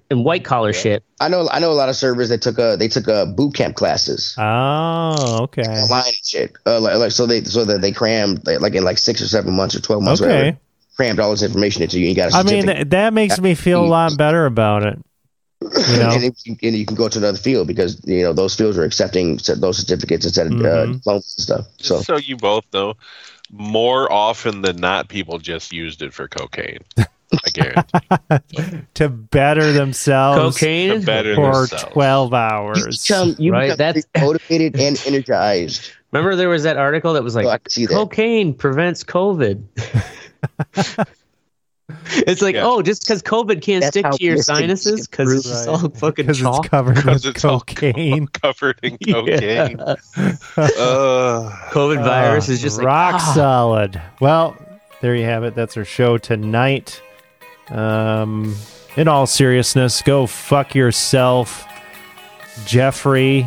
[SPEAKER 2] and white collar shit.
[SPEAKER 4] I know. I know a lot of servers that took a they took a boot camp classes
[SPEAKER 1] oh, okay.
[SPEAKER 4] online and shit. Uh, like, like so they so that they crammed like, like in like six or seven months or twelve months.
[SPEAKER 1] Okay.
[SPEAKER 4] Whatever, crammed all this information into you. And you got. a
[SPEAKER 1] I mean,
[SPEAKER 4] certificate.
[SPEAKER 1] th- that makes me feel a lot better about it. You know,
[SPEAKER 4] and, then you, and you can go to another field because you know those fields are accepting cer- those certificates instead of uh,
[SPEAKER 1] Mhm.
[SPEAKER 4] diplomas and stuff. So
[SPEAKER 3] Just so you both know, more often than not, people just used it for cocaine. I guarantee.
[SPEAKER 1] to better themselves
[SPEAKER 2] Cocaine.
[SPEAKER 3] To better
[SPEAKER 1] for
[SPEAKER 3] themselves.
[SPEAKER 1] 12
[SPEAKER 4] you
[SPEAKER 1] hours.
[SPEAKER 4] become, you
[SPEAKER 2] Right,
[SPEAKER 4] become
[SPEAKER 2] that's-
[SPEAKER 4] motivated and energized.
[SPEAKER 2] Remember there was that article that was like
[SPEAKER 4] so I can see that.
[SPEAKER 2] cocaine prevents COVID. it's like,
[SPEAKER 3] Yeah.
[SPEAKER 2] oh, just because COVID can't
[SPEAKER 4] That's
[SPEAKER 2] stick
[SPEAKER 4] how
[SPEAKER 2] to your
[SPEAKER 4] mystic
[SPEAKER 2] sinuses because it's just
[SPEAKER 1] Right.
[SPEAKER 2] all fucking
[SPEAKER 1] Because it's
[SPEAKER 2] chalk.
[SPEAKER 1] covered with
[SPEAKER 3] Because it's all
[SPEAKER 1] cocaine.
[SPEAKER 3] covered in
[SPEAKER 2] Yeah.
[SPEAKER 3] cocaine. Uh,
[SPEAKER 2] COVID virus
[SPEAKER 1] Uh,
[SPEAKER 2] is just
[SPEAKER 1] rock
[SPEAKER 2] like, ah.
[SPEAKER 1] solid. Well, there you have it. That's our show tonight. Um, in all seriousness, go fuck yourself, Jeffrey.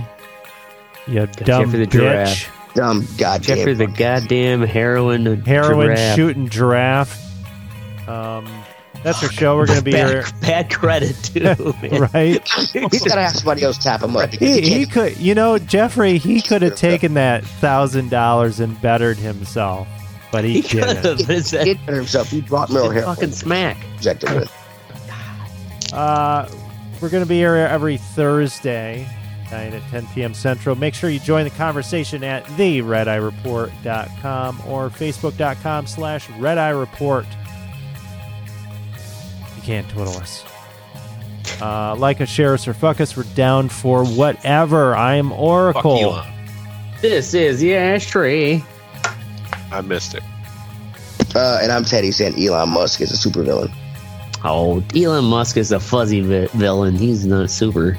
[SPEAKER 1] You dumb
[SPEAKER 2] Jeffrey the
[SPEAKER 1] bitch.
[SPEAKER 4] Dumb goddamn.
[SPEAKER 2] Jeffrey the goddamn heroin
[SPEAKER 1] Heroin
[SPEAKER 2] giraffe.
[SPEAKER 1] shooting giraffe. Um, that's our show. We're gonna be here,
[SPEAKER 2] Bad, bad credit too, man.
[SPEAKER 1] right?
[SPEAKER 4] He's gotta have somebody else tap him up because he
[SPEAKER 1] He, he
[SPEAKER 4] can't.
[SPEAKER 1] could, you know, Jeffrey. He could have taken that thousand dollars and bettered himself, but he,
[SPEAKER 2] He could
[SPEAKER 1] didn't.
[SPEAKER 2] have. It's
[SPEAKER 4] He
[SPEAKER 2] that
[SPEAKER 4] did better himself. He brought Merle here.
[SPEAKER 2] fucking smack.
[SPEAKER 4] Objectively.
[SPEAKER 1] Uh, we're going to be here every Thursday night at 10 p.m. Central. Make sure you join the conversation at theredeyereport.com or facebook.com slash red eye report. You can't twiddle us. Uh, like us, share us, or fuck us. We're down for whatever. I'm
[SPEAKER 3] fuck
[SPEAKER 1] Oracle.
[SPEAKER 3] Elon.
[SPEAKER 2] This is the ashtray.
[SPEAKER 3] I missed it.
[SPEAKER 4] Uh, and I'm Teddy saying Elon Musk is a supervillain.
[SPEAKER 2] Oh, Elon Musk is a fuzzy vi- villain. He's not super.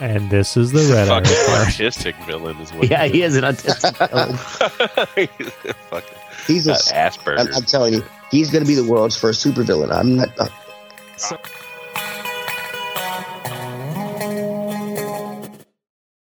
[SPEAKER 1] And this is the Red Eye
[SPEAKER 3] Fucking
[SPEAKER 1] Report.
[SPEAKER 3] autistic villain is what.
[SPEAKER 2] Yeah, he is an autistic villain.
[SPEAKER 3] He's a fucking
[SPEAKER 4] He's a.
[SPEAKER 2] Uh,
[SPEAKER 3] got Asperger's.
[SPEAKER 4] uh, I'm, I'm telling you, he's gonna be the world's first supervillain. I'm not.
[SPEAKER 3] Fuck.